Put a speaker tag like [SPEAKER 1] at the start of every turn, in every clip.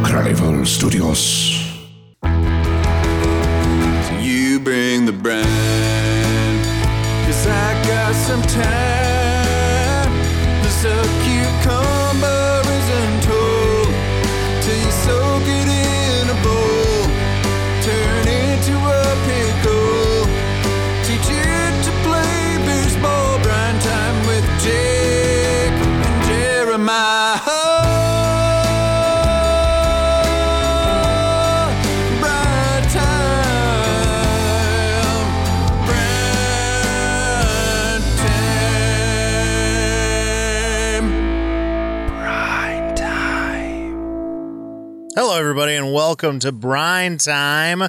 [SPEAKER 1] Underground Studios.
[SPEAKER 2] You bring the brand. Cause I got some time. This a cucumber isn't told. Till you soak it in a bowl. Turn it to a pickle. Teach it to play baseball. Brine time with Jake and Jeremiah. Brine time. Brine time. Brine time.
[SPEAKER 3] Hello, everybody, and welcome to Brine Time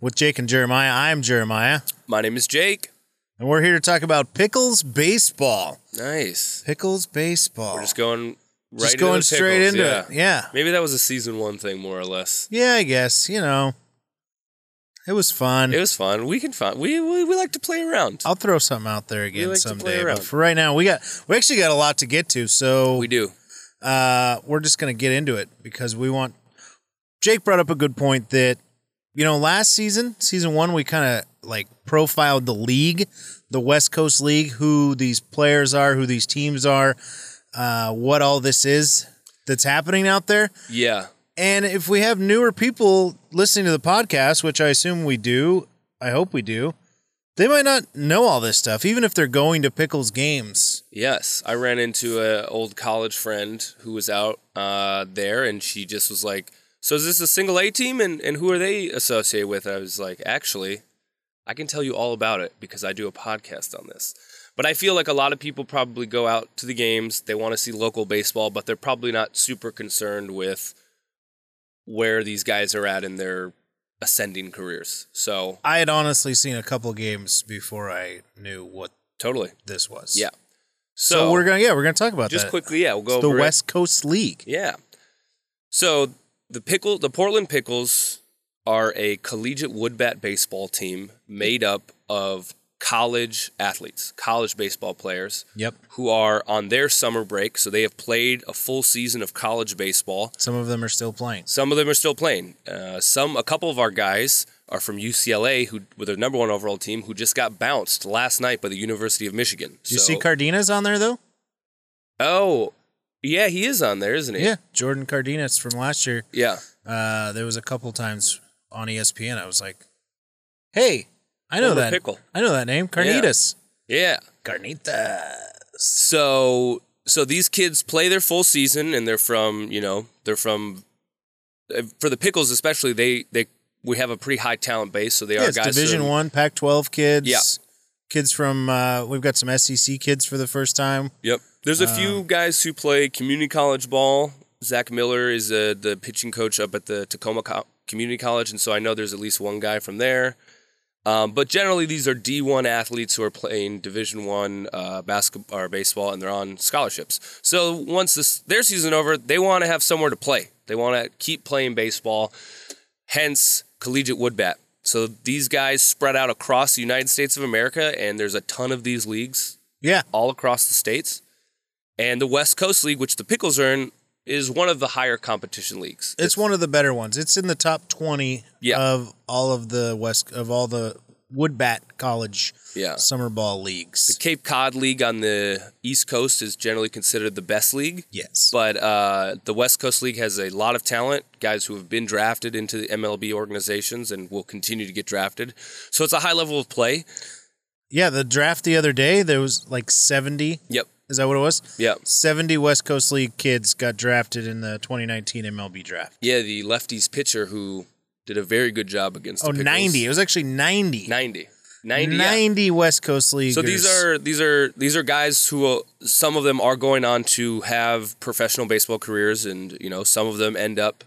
[SPEAKER 3] with Jake and Jeremiah. I'm Jeremiah,
[SPEAKER 4] My name is Jake.
[SPEAKER 3] and we're here to talk about pickles baseball.
[SPEAKER 4] Nice.
[SPEAKER 3] Pickles baseball.
[SPEAKER 4] We're just going right
[SPEAKER 3] Just
[SPEAKER 4] into
[SPEAKER 3] going
[SPEAKER 4] the
[SPEAKER 3] straight
[SPEAKER 4] pickles,
[SPEAKER 3] into it, yeah.
[SPEAKER 4] Maybe that was a season one thing, more or less.
[SPEAKER 3] yeah, I guess you know, it was fun.
[SPEAKER 4] It was fun. We can find. We we, we like to play around.
[SPEAKER 3] I'll throw something out there again
[SPEAKER 4] like to play
[SPEAKER 3] someday. But
[SPEAKER 4] around.
[SPEAKER 3] for right now, we got we actually got a lot to get to, so
[SPEAKER 4] we do.
[SPEAKER 3] uh, we're just going to get into it because we want. Jake brought up a good point that, you know, last season, season one, we kind of like profiled the league, the West Coast League, who these players are, who these teams are, uh, what all this is that's happening out there.
[SPEAKER 4] Yeah.
[SPEAKER 3] And if we have newer people listening to the podcast, which I assume we do, I hope we do, they might not know all this stuff, even if they're going to Pickles games.
[SPEAKER 4] Yes. I ran into a old college friend who was out uh, there, and she just was like, "So is this a single A team, and and who are they associated with?" I was like, "Actually, I can tell you all about it because I do a podcast on this. But I feel like a lot of people probably go out to the games, they want to see local baseball, but they're probably not super concerned with where these guys are at in their ascending careers. So,
[SPEAKER 3] I had honestly seen a couple games before I knew what
[SPEAKER 4] totally.
[SPEAKER 3] this was.
[SPEAKER 4] Yeah. So,
[SPEAKER 3] So, we're gonna yeah we're gonna talk about
[SPEAKER 4] just
[SPEAKER 3] that.
[SPEAKER 4] quickly, yeah, we'll go
[SPEAKER 3] It's the
[SPEAKER 4] over it.
[SPEAKER 3] West Coast League.
[SPEAKER 4] Yeah. So the pickle, the Portland Pickles are a collegiate woodbat baseball team made up of college athletes, college baseball players.
[SPEAKER 3] Yep.
[SPEAKER 4] Who are on their summer break, so they have played a full season of college baseball.
[SPEAKER 3] Some of them are still playing.
[SPEAKER 4] Some of them are still playing. Uh, some, a couple of our guys are from UCLA, who with their number one overall team, who just got bounced last night by the University of Michigan.
[SPEAKER 3] Do you
[SPEAKER 4] So-
[SPEAKER 3] see Cardenas on there though?
[SPEAKER 4] Oh, yeah, he is on there, isn't he?
[SPEAKER 3] Yeah, Jordan Cardenas from last year.
[SPEAKER 4] Yeah.
[SPEAKER 3] Uh, there was a couple times on E ESPN. I was like, "Hey, I know
[SPEAKER 4] Former
[SPEAKER 3] that.
[SPEAKER 4] Pickle.
[SPEAKER 3] I know that name, Cardenas.
[SPEAKER 4] Yeah.
[SPEAKER 3] Carnitas.
[SPEAKER 4] So so these kids play their full season and they're from, you know, they're from eh, for the Pickles especially, they they we have a pretty high talent base, so they
[SPEAKER 3] Yeah,
[SPEAKER 4] are
[SPEAKER 3] it's
[SPEAKER 4] guys
[SPEAKER 3] Division
[SPEAKER 4] from-
[SPEAKER 3] One, Pac-12 kids.
[SPEAKER 4] Yeah.
[SPEAKER 3] Kids from uh, we've got some SEC kids for the first time.
[SPEAKER 4] Yep. There's a few guys who play community college ball. Zach Miller is uh, the pitching coach up at the Tacoma Co- Community College, and so I know there's at least one guy from there. Um, but generally, these are D1 athletes who are playing Division One uh, basketball or baseball, and they're on scholarships. So once this, their season over, they want to have somewhere to play. They want to keep playing baseball. Hence, collegiate woodbat. So these guys spread out across the United States of America, and there's a ton of these leagues
[SPEAKER 3] Yeah,
[SPEAKER 4] all across the states. And the West Coast League, which the Pickles are in, is one of the higher competition leagues.
[SPEAKER 3] it's one of the better ones. It's in the top twenty
[SPEAKER 4] Yeah.
[SPEAKER 3] of all of the West of all the Woodbat College
[SPEAKER 4] Yeah.
[SPEAKER 3] summer ball
[SPEAKER 4] The
[SPEAKER 3] leagues.
[SPEAKER 4] Cape Cod League on the East Coast is generally considered the best league,
[SPEAKER 3] Yes,
[SPEAKER 4] but uh, the West Coast League has a lot of talent, guys who have been drafted into the MLB organizations and will continue to get drafted. So it's a high level of play.
[SPEAKER 3] yeah. The draft the other day there was like seventy.
[SPEAKER 4] Yep.
[SPEAKER 3] Is that what it was?
[SPEAKER 4] Yep.
[SPEAKER 3] Seventy West Coast League kids got drafted in the 2019 MLB draft.
[SPEAKER 4] Yeah, the lefties pitcher who did a very good job against
[SPEAKER 3] Oh,
[SPEAKER 4] the Pickles.
[SPEAKER 3] 90. It was actually 90.
[SPEAKER 4] 90. 90. yeah.
[SPEAKER 3] 90 West Coast Leaguers.
[SPEAKER 4] So these are these are these are guys who uh, some of them are going on to have professional baseball careers, and you know some of them end up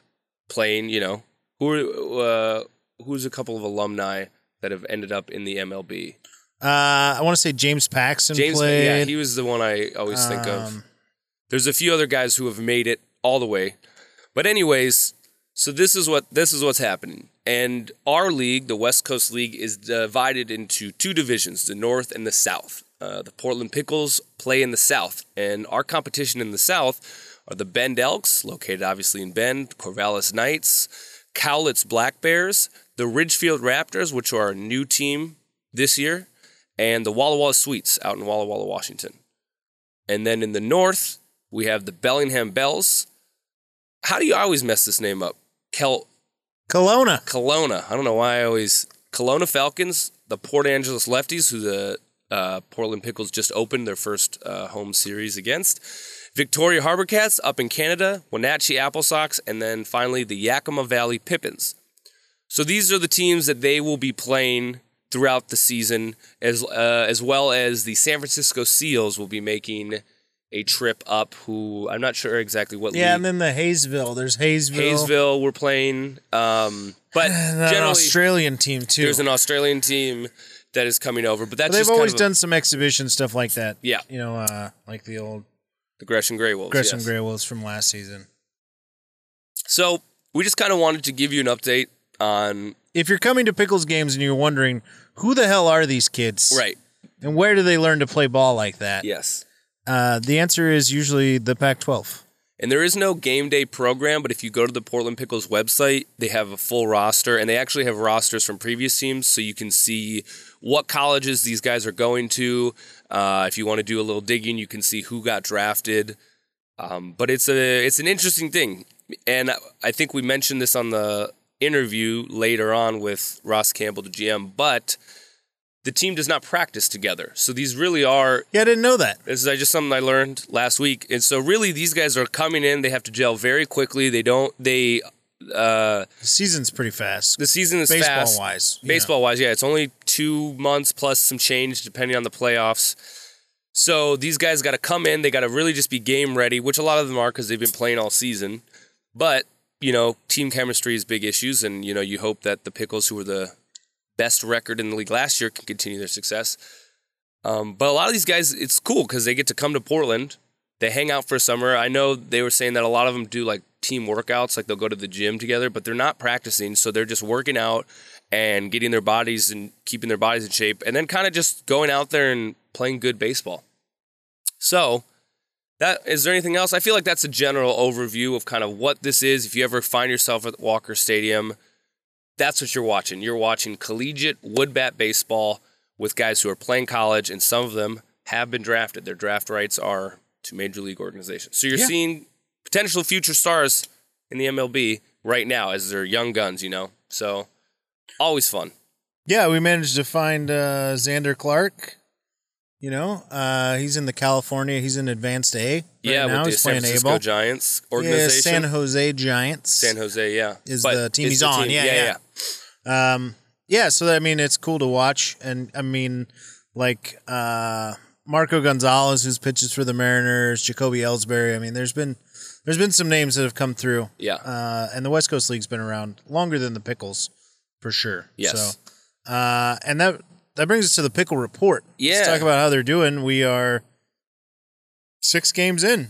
[SPEAKER 4] playing. You know who are, uh, who's a couple of alumni that have ended up in the MLB.
[SPEAKER 3] Uh, I want to say James Paxton
[SPEAKER 4] James,
[SPEAKER 3] played.
[SPEAKER 4] yeah, he was the one I always think of. There's a few other guys who have made it all the way, but anyways, so this is what this is what's happening. And our league, the West Coast League, is divided into two divisions: the North and the South. Uh, the Portland Pickles play in the South, and our competition in the South are the Bend Elks, located obviously in Bend, Corvallis Knights, Cowlitz Black Bears, the Ridgefield Raptors, which are a new team this year, and the Walla Walla Sweets out in Walla Walla, Washington. And then in the north, we have the Bellingham Bells. How do you always mess this name up? Kel
[SPEAKER 3] Kelowna.
[SPEAKER 4] Kelowna. I don't know why I always Kelowna Falcons, the Port Angeles Lefties, who the uh, Portland Pickles just opened their first uh, home series against. Victoria Harbor Cats up in Canada, Wenatchee Apple Sox, and then finally the Yakima Valley Pippins. So these are the teams that they will be playing throughout the season, as uh, as well as the San Francisco Seals will be making a trip up. Who I'm not sure exactly what.
[SPEAKER 3] Yeah,
[SPEAKER 4] league.
[SPEAKER 3] and then the Hayesville. There's Hayesville.
[SPEAKER 4] Hayesville we're playing, um, but
[SPEAKER 3] And an
[SPEAKER 4] generally
[SPEAKER 3] Australian team too.
[SPEAKER 4] there's an Australian team that is coming over, but that's
[SPEAKER 3] But they've
[SPEAKER 4] just kind
[SPEAKER 3] always
[SPEAKER 4] of a-
[SPEAKER 3] done some exhibition stuff like that.
[SPEAKER 4] Yeah.
[SPEAKER 3] You know, uh, like the old
[SPEAKER 4] the Gresham Grey Wolves.
[SPEAKER 3] Gresham
[SPEAKER 4] yes.
[SPEAKER 3] Grey Wolves from last season.
[SPEAKER 4] So we just kind of wanted to give you an update on
[SPEAKER 3] If you're coming to Pickles games and you're wondering who the hell are these kids,
[SPEAKER 4] right.
[SPEAKER 3] And where do they learn to play ball like that?
[SPEAKER 4] Yes.
[SPEAKER 3] Uh, the answer is usually the Pac-12.
[SPEAKER 4] And there is no game day program, but if you go to the Portland Pickles website, they have a full roster and they actually have rosters from previous teams so you can see what colleges these guys are going to. Uh, if you want to do a little digging, you can see who got drafted. Um, but it's a it's an interesting thing. And I- I think we mentioned this on the interview later on with Ross Campbell, the GM, but the team does not practice together. So these really are
[SPEAKER 3] Yeah, I didn't know that.
[SPEAKER 4] this is uh, just something I learned last week. And so really these guys are coming in, they have to gel very quickly. They don't they uh
[SPEAKER 3] The season's pretty fast.
[SPEAKER 4] the season is
[SPEAKER 3] baseball
[SPEAKER 4] fast.
[SPEAKER 3] wise. you know.
[SPEAKER 4] Baseball wise, yeah, it's only two months plus some change depending on the playoffs. So these guys got to come in. They got to really just be game ready, which a lot of them are because they've been playing all season. But you know, team chemistry is big issues, and you know, you hope that the Pickles, who were the best record in the league last year, can continue their success. Um, but a lot of these guys, it's cool because they get to come to Portland. They hang out for summer. I know they were saying that a lot of them do like team workouts, like they'll go to the gym together, but they're not practicing, so they're just working out and getting their bodies and keeping their bodies in shape, and then kind of just going out there and playing good baseball. So, that is there anything else? I feel like that's a general overview of kind of what this is. If you ever find yourself at Walker Stadium, that's what you're watching. You're watching collegiate wood bat baseball with guys who are playing college, and some of them have been drafted. Their draft rights are to major league organizations. So you're
[SPEAKER 3] Yeah.
[SPEAKER 4] seeing potential future stars in the MLB right now as they're young guns, you know. So always fun.
[SPEAKER 3] Yeah, we managed to find uh, Xander Clark. You know, uh, he's in the California. He's in Advanced A. right
[SPEAKER 4] yeah,
[SPEAKER 3] now
[SPEAKER 4] with the
[SPEAKER 3] he's
[SPEAKER 4] San
[SPEAKER 3] playing
[SPEAKER 4] Francisco
[SPEAKER 3] A ball.
[SPEAKER 4] Giants
[SPEAKER 3] Yeah,
[SPEAKER 4] organization.
[SPEAKER 3] San Jose Giants.
[SPEAKER 4] San Jose, yeah,
[SPEAKER 3] is the team
[SPEAKER 4] it's
[SPEAKER 3] he's
[SPEAKER 4] the
[SPEAKER 3] on. Yeah, yeah. Um, yeah, so I mean, it's cool to watch, and I mean, like uh, Marco Gonzalez, who's pitches for the Mariners, Jacoby Ellsbury. I mean, there's been there's been some names that have come through.
[SPEAKER 4] Yeah.
[SPEAKER 3] uh, and the West Coast League's been around longer than the Pickles, for sure.
[SPEAKER 4] Yes.
[SPEAKER 3] So, uh, and that that brings us to the Pickle Report.
[SPEAKER 4] Yeah.
[SPEAKER 3] Let's talk about how they're doing. We are six games in.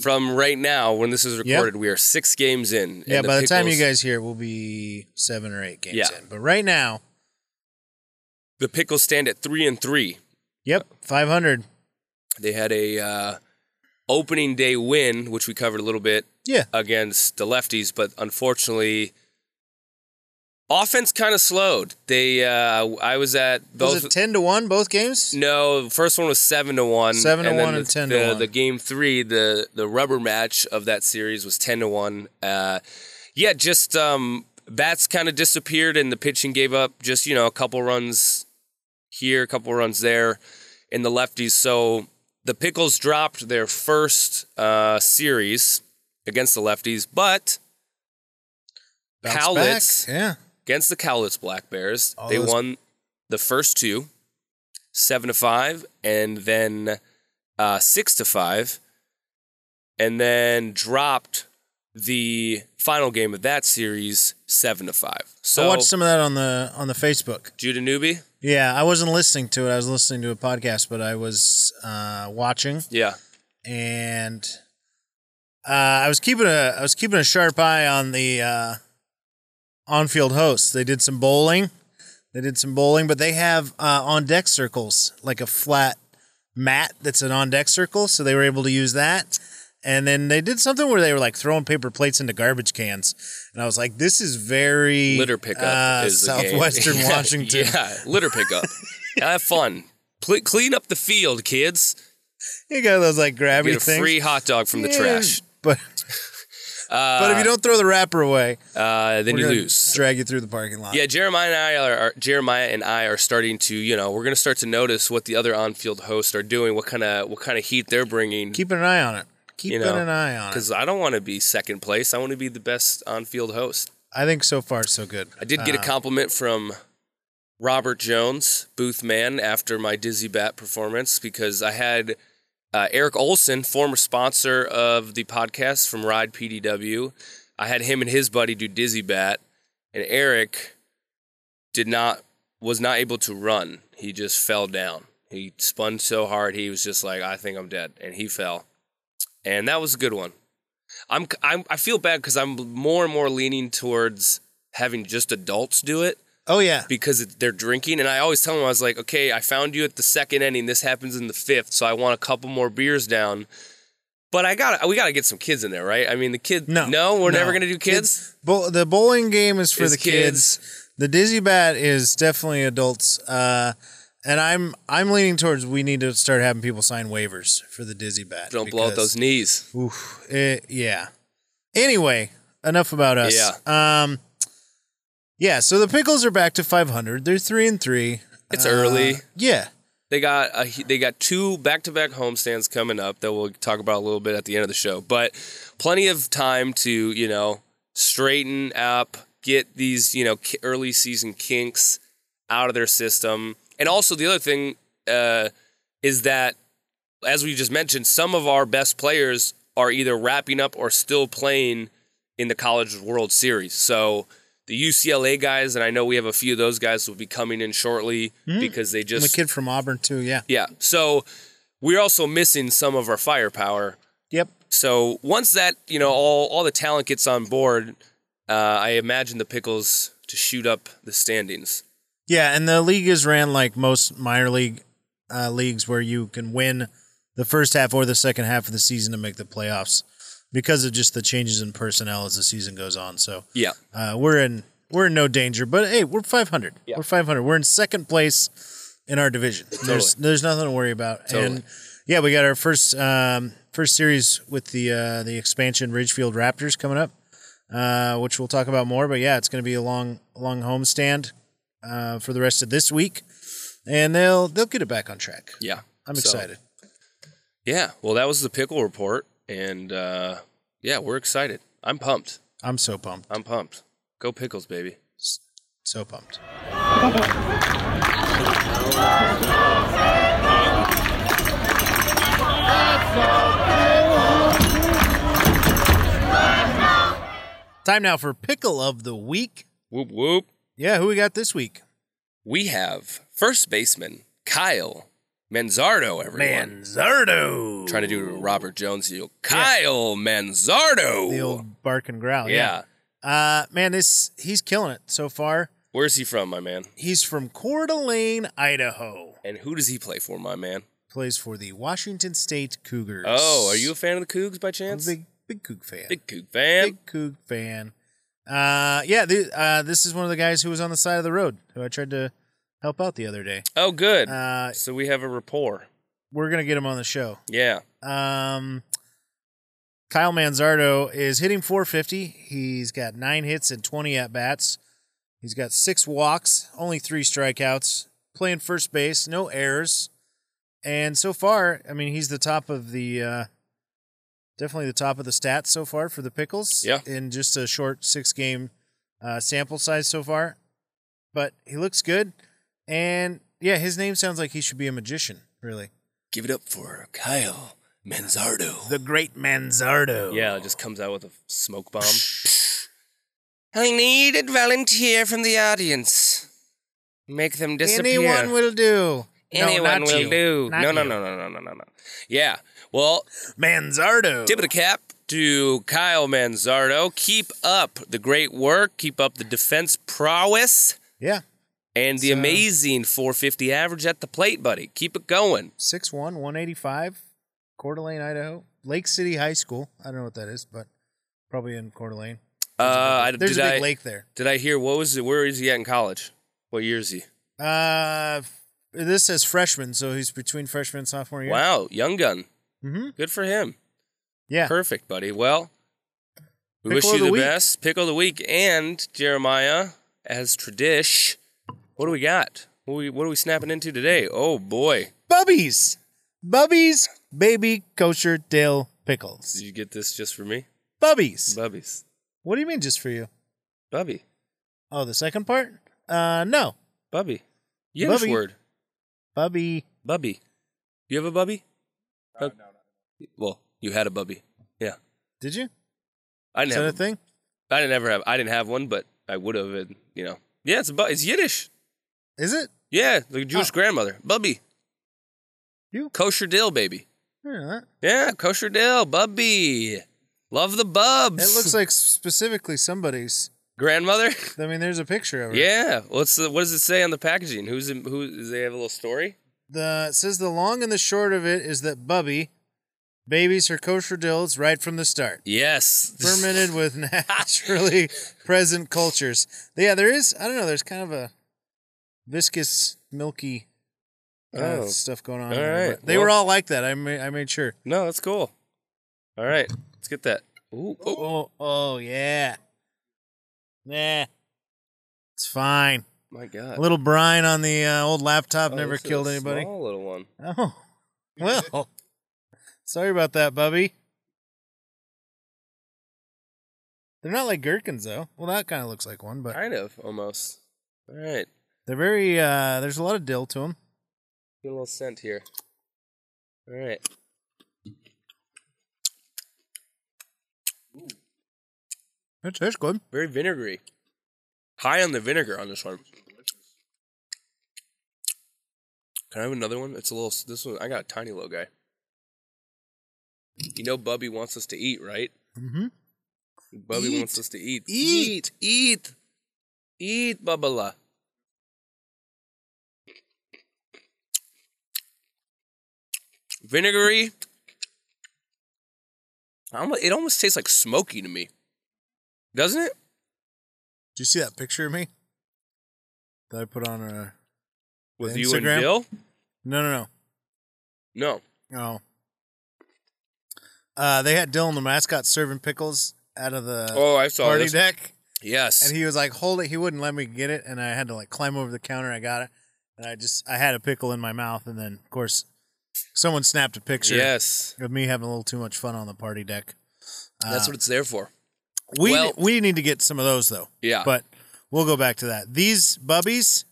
[SPEAKER 4] From right now, when this is
[SPEAKER 3] Yeah.
[SPEAKER 4] recorded, we are six games in. and
[SPEAKER 3] Yeah, by the time you
[SPEAKER 4] Pickles-
[SPEAKER 3] guys hear, it, we'll be seven or eight games
[SPEAKER 4] Yeah.
[SPEAKER 3] in. But right now,
[SPEAKER 4] the Pickles stand at three and three.
[SPEAKER 3] yep, five hundred.
[SPEAKER 4] They had a uh, opening day win, which we covered a little bit
[SPEAKER 3] Yeah.
[SPEAKER 4] against the lefties, but unfortunately, offense kind of slowed. They, uh, I was at both.
[SPEAKER 3] was it ten to one both games?
[SPEAKER 4] No, the first one was seven to one.
[SPEAKER 3] Seven to
[SPEAKER 4] then
[SPEAKER 3] one
[SPEAKER 4] the,
[SPEAKER 3] and 10
[SPEAKER 4] the,
[SPEAKER 3] to one.
[SPEAKER 4] The game three, the the rubber match of that series was ten to one. Uh, yeah, just um, bats kind of disappeared, and the pitching gave up just you know a couple runs here, a couple runs there, in the lefties. So the Pickles dropped their first uh, series against the lefties, but
[SPEAKER 3] Bounce
[SPEAKER 4] Cowlitz.
[SPEAKER 3] back. Yeah.
[SPEAKER 4] against the Cowlitz Black Bears.
[SPEAKER 3] All
[SPEAKER 4] they
[SPEAKER 3] those-
[SPEAKER 4] won the first two, seven to five, and then uh, six to five, and then dropped the final game of that series seven to five.
[SPEAKER 3] I
[SPEAKER 4] So
[SPEAKER 3] watched some of that on the on the Facebook.
[SPEAKER 4] Judah Newby,
[SPEAKER 3] Yeah, I wasn't listening to it. I was listening to a podcast, but I was uh, watching
[SPEAKER 4] yeah,
[SPEAKER 3] and uh, I was keeping a I was keeping a sharp eye on the uh, on field hosts. They did some bowling. They did some bowling, but they have uh, on deck circles like a flat mat that's an on deck circle, so they were able to use that. And then they did something where they were like throwing paper plates into garbage cans, and I was like, "This is very
[SPEAKER 4] Litter pickup
[SPEAKER 3] uh,
[SPEAKER 4] is the game.
[SPEAKER 3] southwestern
[SPEAKER 4] Yeah,
[SPEAKER 3] Washington."
[SPEAKER 4] Yeah, litter pickup. Have fun. Cle clean up the field, kids.
[SPEAKER 3] You got those like grabby
[SPEAKER 4] Get a
[SPEAKER 3] things
[SPEAKER 4] free hot dog from the
[SPEAKER 3] Yeah,
[SPEAKER 4] trash.
[SPEAKER 3] But but if you don't throw the wrapper away,
[SPEAKER 4] Uh, then
[SPEAKER 3] we're
[SPEAKER 4] you
[SPEAKER 3] gonna
[SPEAKER 4] lose.
[SPEAKER 3] Drag you through the parking lot.
[SPEAKER 4] Yeah, Jeremiah and I are, are Jeremiah and I are starting to, you know, we're going to start to notice what the other on-field hosts are doing, what kind of what kind of heat they're bringing.
[SPEAKER 3] keeping an eye on it. Keeping
[SPEAKER 4] you know,
[SPEAKER 3] an eye on it.
[SPEAKER 4] Because I don't want to be second place. I want to be the best on-field host.
[SPEAKER 3] I think so far so good.
[SPEAKER 4] I did get a
[SPEAKER 3] Uh,
[SPEAKER 4] compliment from Robert Jones, booth man, after my Dizzy Bat performance because I had uh, Eric Olson, former sponsor of the podcast from Ride PDW. I had him and his buddy do Dizzy Bat, and Eric did not was not able to run. He just fell down. He spun so hard he was just like, "I think I'm dead," and he fell. And that was a good one. I'm, I'm I feel bad because I'm more and more leaning towards having just adults do it
[SPEAKER 3] Oh yeah.
[SPEAKER 4] because it- they're drinking. And I always tell them, I was like, okay, I found you at the second inning. This happens in the fifth, so I want a couple more beers down. But I got to we got to get some kids in there, right? I mean, the kid.
[SPEAKER 3] No.
[SPEAKER 4] no, we're
[SPEAKER 3] no.
[SPEAKER 4] never gonna do kids.
[SPEAKER 3] Bo- the bowling game is for
[SPEAKER 4] Is
[SPEAKER 3] the kids. The dizzy bat is definitely adults. Uh, and I'm I'm leaning towards we need to start having people sign waivers for the dizzy bat.
[SPEAKER 4] Don't blow out those knees.
[SPEAKER 3] because- Oof, eh, yeah. Anyway, enough about us. Yeah. Um. Yeah. So the pickles are back to 500. They're three and three.
[SPEAKER 4] It's
[SPEAKER 3] Uh,
[SPEAKER 4] early.
[SPEAKER 3] Yeah.
[SPEAKER 4] They got a, they got two back to back homestands coming up that we'll talk about a little bit at the end of the show, but plenty of time to you know straighten up, get these you know ki- early season kinks out of their system, and also the other thing uh, is that as we just mentioned, some of our best players are either wrapping up or still playing in the College World Series. So the UCLA guys, and I know we have a few of those guys will be coming in shortly because they
[SPEAKER 3] And the
[SPEAKER 4] just
[SPEAKER 3] kid from Auburn too. Yeah.
[SPEAKER 4] yeah. So we're also missing some of our firepower.
[SPEAKER 3] Yep.
[SPEAKER 4] So once that, you know, all, all the talent gets on board, uh, I imagine the Pickles to shoot up the standings.
[SPEAKER 3] Yeah, and the league is ran like most minor league uh, leagues, where you can win the first half or the second half of the season to make the playoffs because of just the changes in personnel as the season goes on. So
[SPEAKER 4] Yeah.
[SPEAKER 3] uh, we're in we're in no danger, but hey, we're 500. We're 500. We're in second place in our division. There's there's nothing to worry about.
[SPEAKER 4] Totally.
[SPEAKER 3] And yeah, we got our first um, first series with the uh, the expansion Ridgefield Raptors coming up, uh, which we'll talk about more. But yeah, it's going to be a long long homestand uh, for the rest of this week, and they'll they'll get it back on track.
[SPEAKER 4] Yeah.
[SPEAKER 3] I'm
[SPEAKER 4] So,
[SPEAKER 3] excited.
[SPEAKER 4] Yeah. Well, that was the Pickle report. And uh, yeah, we're excited. I'm pumped.
[SPEAKER 3] I'm so pumped.
[SPEAKER 4] I'm pumped. Go Pickles, baby.
[SPEAKER 3] So pumped. Time now for pickle of the week.
[SPEAKER 4] Whoop, whoop.
[SPEAKER 3] Yeah, who we got this week?
[SPEAKER 4] We have first baseman Kyle Manzardo, everyone.
[SPEAKER 3] Manzardo.
[SPEAKER 4] Trying to do a Robert Jones deal. Kyle Manzardo.
[SPEAKER 3] the old bark and growl.
[SPEAKER 4] yeah.
[SPEAKER 3] Uh, man, this he's killing it so far.
[SPEAKER 4] Where's he from, my man?
[SPEAKER 3] He's from Coeur d'Alene, Idaho.
[SPEAKER 4] And who does he play for, my man?
[SPEAKER 3] Plays for the Washington State Cougars.
[SPEAKER 4] Oh, are you a fan of the Cougs by
[SPEAKER 3] I'm a
[SPEAKER 4] chance?
[SPEAKER 3] big big Coug fan?
[SPEAKER 4] Big Coug fan.
[SPEAKER 3] Big Coug fan. Uh, yeah, the, uh, this is one of the guys who was on the side of the road who I tried to help out the other day.
[SPEAKER 4] Oh, good.
[SPEAKER 3] Uh,
[SPEAKER 4] so we have a rapport.
[SPEAKER 3] we're gonna get him on the show.
[SPEAKER 4] Yeah.
[SPEAKER 3] Um, Kyle Manzardo is hitting 450. He's got nine hits and 20 at bats. He's got six walks, only three strikeouts. Playing first base, no errors, and so far, I mean, he's the top of the. Uh, Definitely the top of the stats so far for the Pickles.
[SPEAKER 4] Yeah.
[SPEAKER 3] In just a short six game uh, sample size so far. But he looks good. And yeah, his name sounds like he should be a magician, really.
[SPEAKER 4] Give it up for Kyle Manzardo.
[SPEAKER 3] The Great Manzardo.
[SPEAKER 4] Yeah, it just comes out with a smoke bomb. I need a volunteer from the audience. Make them disappear.
[SPEAKER 3] Anyone will do.
[SPEAKER 4] Anyone
[SPEAKER 3] no, not
[SPEAKER 4] will
[SPEAKER 3] you.
[SPEAKER 4] do.
[SPEAKER 3] Not
[SPEAKER 4] no, no,
[SPEAKER 3] you.
[SPEAKER 4] no, no, no, no, no, no. Yeah. Well,
[SPEAKER 3] Manzardo.
[SPEAKER 4] Tip of the cap to Kyle Manzardo. Keep up the great work. Keep up the defense prowess
[SPEAKER 3] Yeah.
[SPEAKER 4] and the
[SPEAKER 3] So-
[SPEAKER 4] amazing 450 average at the plate, buddy. Keep it going.
[SPEAKER 3] 6'1, 185, Coeur d'Alene, Idaho. Lake City High School. I don't know what that is, but probably in Coeur d'Alene.
[SPEAKER 4] Uh, I,
[SPEAKER 3] There's
[SPEAKER 4] did,
[SPEAKER 3] a big
[SPEAKER 4] I,
[SPEAKER 3] lake there.
[SPEAKER 4] did I hear what was it? Where is he at in college? What year is he?
[SPEAKER 3] Uh, f- this says freshman, so he's between freshman and sophomore year.
[SPEAKER 4] Wow, young gun.
[SPEAKER 3] hmm
[SPEAKER 4] Good for him.
[SPEAKER 3] Yeah.
[SPEAKER 4] Perfect, buddy. Well,
[SPEAKER 3] Pickle
[SPEAKER 4] we wish
[SPEAKER 3] of
[SPEAKER 4] you
[SPEAKER 3] the
[SPEAKER 4] the,
[SPEAKER 3] week.
[SPEAKER 4] best. Pick of the week and Jeremiah as tradish. What do we got? What we what are we snapping into today? Oh boy.
[SPEAKER 3] Bubbies. Bubbies baby kosher dill pickles.
[SPEAKER 4] Did you get this just for me?
[SPEAKER 3] Bubbies.
[SPEAKER 4] Bubbies.
[SPEAKER 3] What do you mean just for you?
[SPEAKER 4] Bubby.
[SPEAKER 3] Oh, the second part? Uh, no.
[SPEAKER 4] Bubby. Yiddish
[SPEAKER 3] Bubby.
[SPEAKER 4] word.
[SPEAKER 3] Bubby.
[SPEAKER 4] Bubby. You have a bubby? no, no, Well, you had a bubby. Yeah.
[SPEAKER 3] Did you?
[SPEAKER 4] I didn't
[SPEAKER 3] Is that a
[SPEAKER 4] have
[SPEAKER 3] thing?
[SPEAKER 4] I didn't ever have I didn't have one, but I would have and you know. Yeah, it's a bu- it's Yiddish.
[SPEAKER 3] Is it?
[SPEAKER 4] Yeah, the Jewish
[SPEAKER 3] Oh.
[SPEAKER 4] grandmother. Bubby.
[SPEAKER 3] You?
[SPEAKER 4] Kosher dill, baby.
[SPEAKER 3] I don't know that.
[SPEAKER 4] Yeah, kosher dill, bubby. Love the bubs.
[SPEAKER 3] It looks like specifically somebody's.
[SPEAKER 4] grandmother.
[SPEAKER 3] I mean, there's a picture of her.
[SPEAKER 4] Yeah. What's the, what does it say on the packaging? Who's in, who? Does they have a little story?
[SPEAKER 3] The it says the long and the short of it is that Bubby babies her kosher dills right from the start.
[SPEAKER 4] Yes.
[SPEAKER 3] fermented with naturally present cultures. Yeah, there is. I don't know. There's kind of a viscous, milky kind of
[SPEAKER 4] Oh.
[SPEAKER 3] stuff going on.
[SPEAKER 4] All
[SPEAKER 3] there,
[SPEAKER 4] right.
[SPEAKER 3] but They were
[SPEAKER 4] Well-
[SPEAKER 3] all like that. I made, I made sure.
[SPEAKER 4] No, that's cool. All right, let's get that. Ooh, oh.
[SPEAKER 3] Oh, oh yeah. Nah, it's fine.
[SPEAKER 4] my
[SPEAKER 3] A
[SPEAKER 4] God.
[SPEAKER 3] little brine on the uh, old laptop
[SPEAKER 4] Uh, Oh,
[SPEAKER 3] never
[SPEAKER 4] this is a
[SPEAKER 3] killed anybody.
[SPEAKER 4] Small little one.
[SPEAKER 3] Oh, well. Sorry about that, Bubby. They're not like gherkins, though. Well, that kind of looks like one, but
[SPEAKER 4] Kind of, almost. All right,
[SPEAKER 3] They're very. uh There's a lot of dill to them.
[SPEAKER 4] get a little scent here. All right.
[SPEAKER 3] It tastes good.
[SPEAKER 4] Very vinegary. High on the vinegar on this one. Can I have another one? It's a little. This one I got a tiny little guy. You know, Bubby wants us to eat, right?
[SPEAKER 3] Mm-hmm.
[SPEAKER 4] Bubby
[SPEAKER 3] Eat.
[SPEAKER 4] wants us to eat.
[SPEAKER 3] Eat.
[SPEAKER 4] eat, eat, eat Bubala. Vinegary. Almo- It almost tastes like smoky to me, doesn't it?
[SPEAKER 3] Do you see that picture of me that I put on? Uh,
[SPEAKER 4] With
[SPEAKER 3] The
[SPEAKER 4] you and
[SPEAKER 3] Instagram?
[SPEAKER 4] Bill?
[SPEAKER 3] no, no,
[SPEAKER 4] No.
[SPEAKER 3] no. Oh. Uh, they had Dylan the mascot serving pickles out of the
[SPEAKER 4] oh, I saw
[SPEAKER 3] Uh, party
[SPEAKER 4] this.
[SPEAKER 3] deck,
[SPEAKER 4] Yes.
[SPEAKER 3] and he was like, "Hold it!" He wouldn't let me get it, and I had to like climb over the counter. I got it, and I just I had a pickle in my mouth, and then of course, someone snapped a picture
[SPEAKER 4] Yes.
[SPEAKER 3] of me having a little too much fun on the party deck. Uh,
[SPEAKER 4] That's what it's there for.
[SPEAKER 3] We
[SPEAKER 4] Well-
[SPEAKER 3] we need to get some of those though.
[SPEAKER 4] Yeah.
[SPEAKER 3] But we'll go back to that. These bubbies,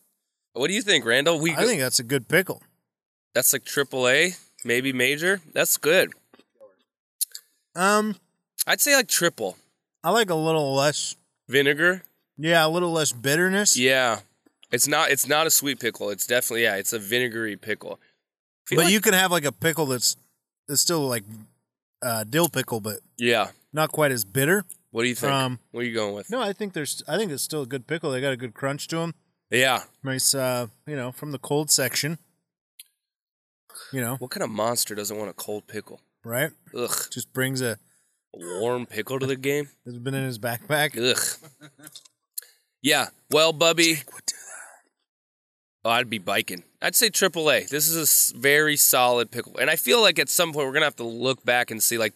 [SPEAKER 4] What do you think, Randall? We
[SPEAKER 3] I think that's a good pickle.
[SPEAKER 4] that's like triple A, maybe major. That's good.
[SPEAKER 3] Um,
[SPEAKER 4] I'd say like triple
[SPEAKER 3] I like a little less,
[SPEAKER 4] vinegar.
[SPEAKER 3] yeah, a little less bitterness.
[SPEAKER 4] Yeah. It's not. It's not a sweet pickle. It's definitely yeah. It's a vinegary pickle. Feel
[SPEAKER 3] But
[SPEAKER 4] like-
[SPEAKER 3] you can have like a pickle that's that's still like uh, dill pickle, but
[SPEAKER 4] Yeah.
[SPEAKER 3] not quite as bitter.
[SPEAKER 4] What do you think?
[SPEAKER 3] Um,
[SPEAKER 4] what are you going with?
[SPEAKER 3] No, I think there's, I think it's still a good pickle. They got a good crunch to them.
[SPEAKER 4] Yeah.
[SPEAKER 3] Nice, uh, you know, from the cold section. You know,
[SPEAKER 4] What kind of monster doesn't want a cold pickle?
[SPEAKER 3] right?
[SPEAKER 4] Ugh.
[SPEAKER 3] Just brings a.
[SPEAKER 4] A warm pickle to the game.
[SPEAKER 3] It's been in his backpack.
[SPEAKER 4] Ugh. Yeah. Well, Bubby.
[SPEAKER 3] would do
[SPEAKER 4] Oh, I'd be biking. I'd say triple A. This is a s- very solid pickle, and I feel like at some point we're gonna have to look back and see like,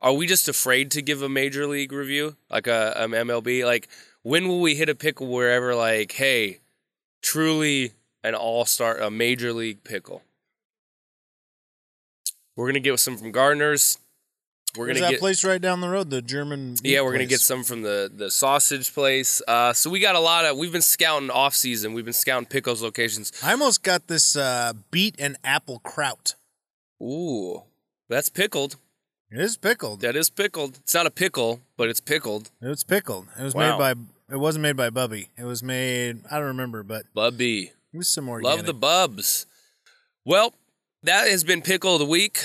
[SPEAKER 4] are we just afraid to give a major league review like a um, MLB? Like, when will we hit a pickle wherever like, hey, truly an all star, a major league pickle? We're gonna get some from Gardeners. We're
[SPEAKER 3] There's
[SPEAKER 4] gonna
[SPEAKER 3] that
[SPEAKER 4] get
[SPEAKER 3] place right down the road, the German. meat
[SPEAKER 4] yeah, we're gonna get
[SPEAKER 3] place.
[SPEAKER 4] some from the the sausage place. Uh, so we got a lot of. We've been scouting off season. We've been scouting pickles locations.
[SPEAKER 3] I almost got this uh, beet and apple kraut.
[SPEAKER 4] Ooh, that's pickled.
[SPEAKER 3] It is pickled.
[SPEAKER 4] That is pickled. It's not a pickle, but it's pickled.
[SPEAKER 3] It was pickled. It was
[SPEAKER 4] Wow.
[SPEAKER 3] made by. It wasn't made by Bubby. It was made. I don't remember, but
[SPEAKER 4] Bubby,
[SPEAKER 3] it was some organic.
[SPEAKER 4] love the bubs. Well, that has been pickle of the week.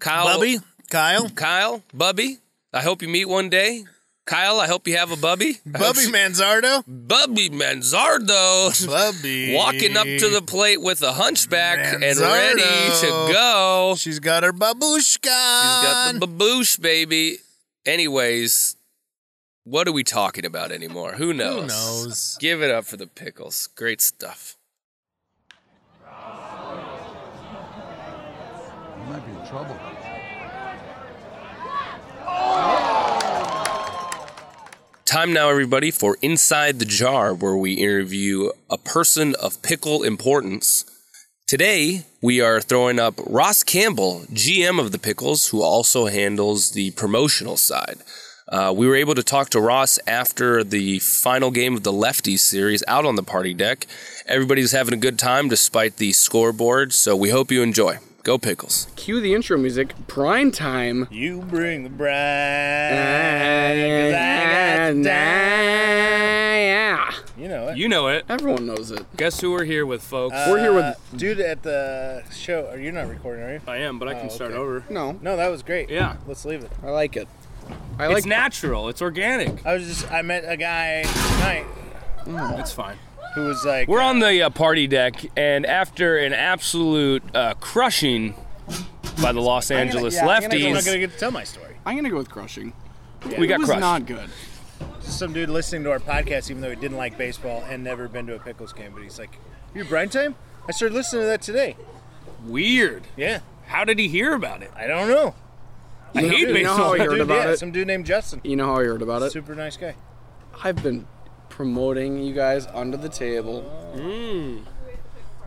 [SPEAKER 4] Kyle,
[SPEAKER 3] Bubby, Kyle.
[SPEAKER 4] Kyle, Bubby. I hope you meet one day. Kyle, I hope you have a bubby. I hope
[SPEAKER 3] Bubby
[SPEAKER 4] she-
[SPEAKER 3] Manzardo?
[SPEAKER 4] Bubby Manzardo.
[SPEAKER 3] Bubby.
[SPEAKER 4] Walking up to the plate with a hunchback and
[SPEAKER 3] Manzardo.
[SPEAKER 4] ready to go.
[SPEAKER 3] She's got her babushka. She's
[SPEAKER 4] She's got the baboosh, baby. Anyways, what are we talking about anymore? Who knows?
[SPEAKER 3] Who knows?
[SPEAKER 4] Give it up for the pickles. Great stuff.
[SPEAKER 1] I might be in trouble.
[SPEAKER 4] Time now, everybody, for Inside the Jar, where we interview a person of pickle importance. Today, we are throwing up Ross Campbell, GM of the Pickles, who also handles the promotional side. Uh, we were able to talk to Ross after the final game of the Lefties series out on the party deck. Everybody's having a good time despite the scoreboard, so we hope you enjoy. Go Pickles.
[SPEAKER 5] Cue the intro music. Prime time.
[SPEAKER 3] You bring the
[SPEAKER 6] Eh.
[SPEAKER 3] bride. 'cause I got the time.
[SPEAKER 5] Yeah.
[SPEAKER 3] You know it.
[SPEAKER 6] You know it.
[SPEAKER 5] Everyone knows it.
[SPEAKER 6] Guess who we're here with, folks?
[SPEAKER 5] We're here with
[SPEAKER 3] Uh, dude at the show. Are you not recording? Are you?
[SPEAKER 6] I am, but I can start
[SPEAKER 3] okay.
[SPEAKER 6] over.
[SPEAKER 5] no.
[SPEAKER 3] No, that was great.
[SPEAKER 6] Yeah.
[SPEAKER 3] Let's leave it.
[SPEAKER 5] I like it. I
[SPEAKER 6] it's
[SPEAKER 5] like
[SPEAKER 6] natural. It's organic.
[SPEAKER 3] I was just I met a guy tonight
[SPEAKER 6] It's fine.
[SPEAKER 3] who was like
[SPEAKER 6] We're on the uh, party deck, and after an absolute uh, crushing by the Los Angeles
[SPEAKER 5] yeah, I'm gonna go-
[SPEAKER 3] I'm
[SPEAKER 6] lefties,
[SPEAKER 3] not gonna get to tell my story.
[SPEAKER 5] I'm gonna go with crushing.
[SPEAKER 6] we
[SPEAKER 5] it
[SPEAKER 6] got
[SPEAKER 5] was
[SPEAKER 6] crushed.
[SPEAKER 5] not good.
[SPEAKER 3] Just some dude listening to our podcast, even though he didn't like baseball and never been to a pickles game, but he's like, "You Brian time? I started listening to that today."
[SPEAKER 6] Weird.
[SPEAKER 3] Yeah,
[SPEAKER 6] How did he hear about it?
[SPEAKER 3] I don't know.
[SPEAKER 6] I
[SPEAKER 5] You know-
[SPEAKER 6] hate
[SPEAKER 5] you know how
[SPEAKER 6] baseball.
[SPEAKER 5] I heard
[SPEAKER 3] dude,
[SPEAKER 5] about
[SPEAKER 3] yeah,
[SPEAKER 5] it.
[SPEAKER 3] some dude named Justin,
[SPEAKER 5] You know how I heard about it.
[SPEAKER 3] super nice guy.
[SPEAKER 5] I've been promoting you guys under the table.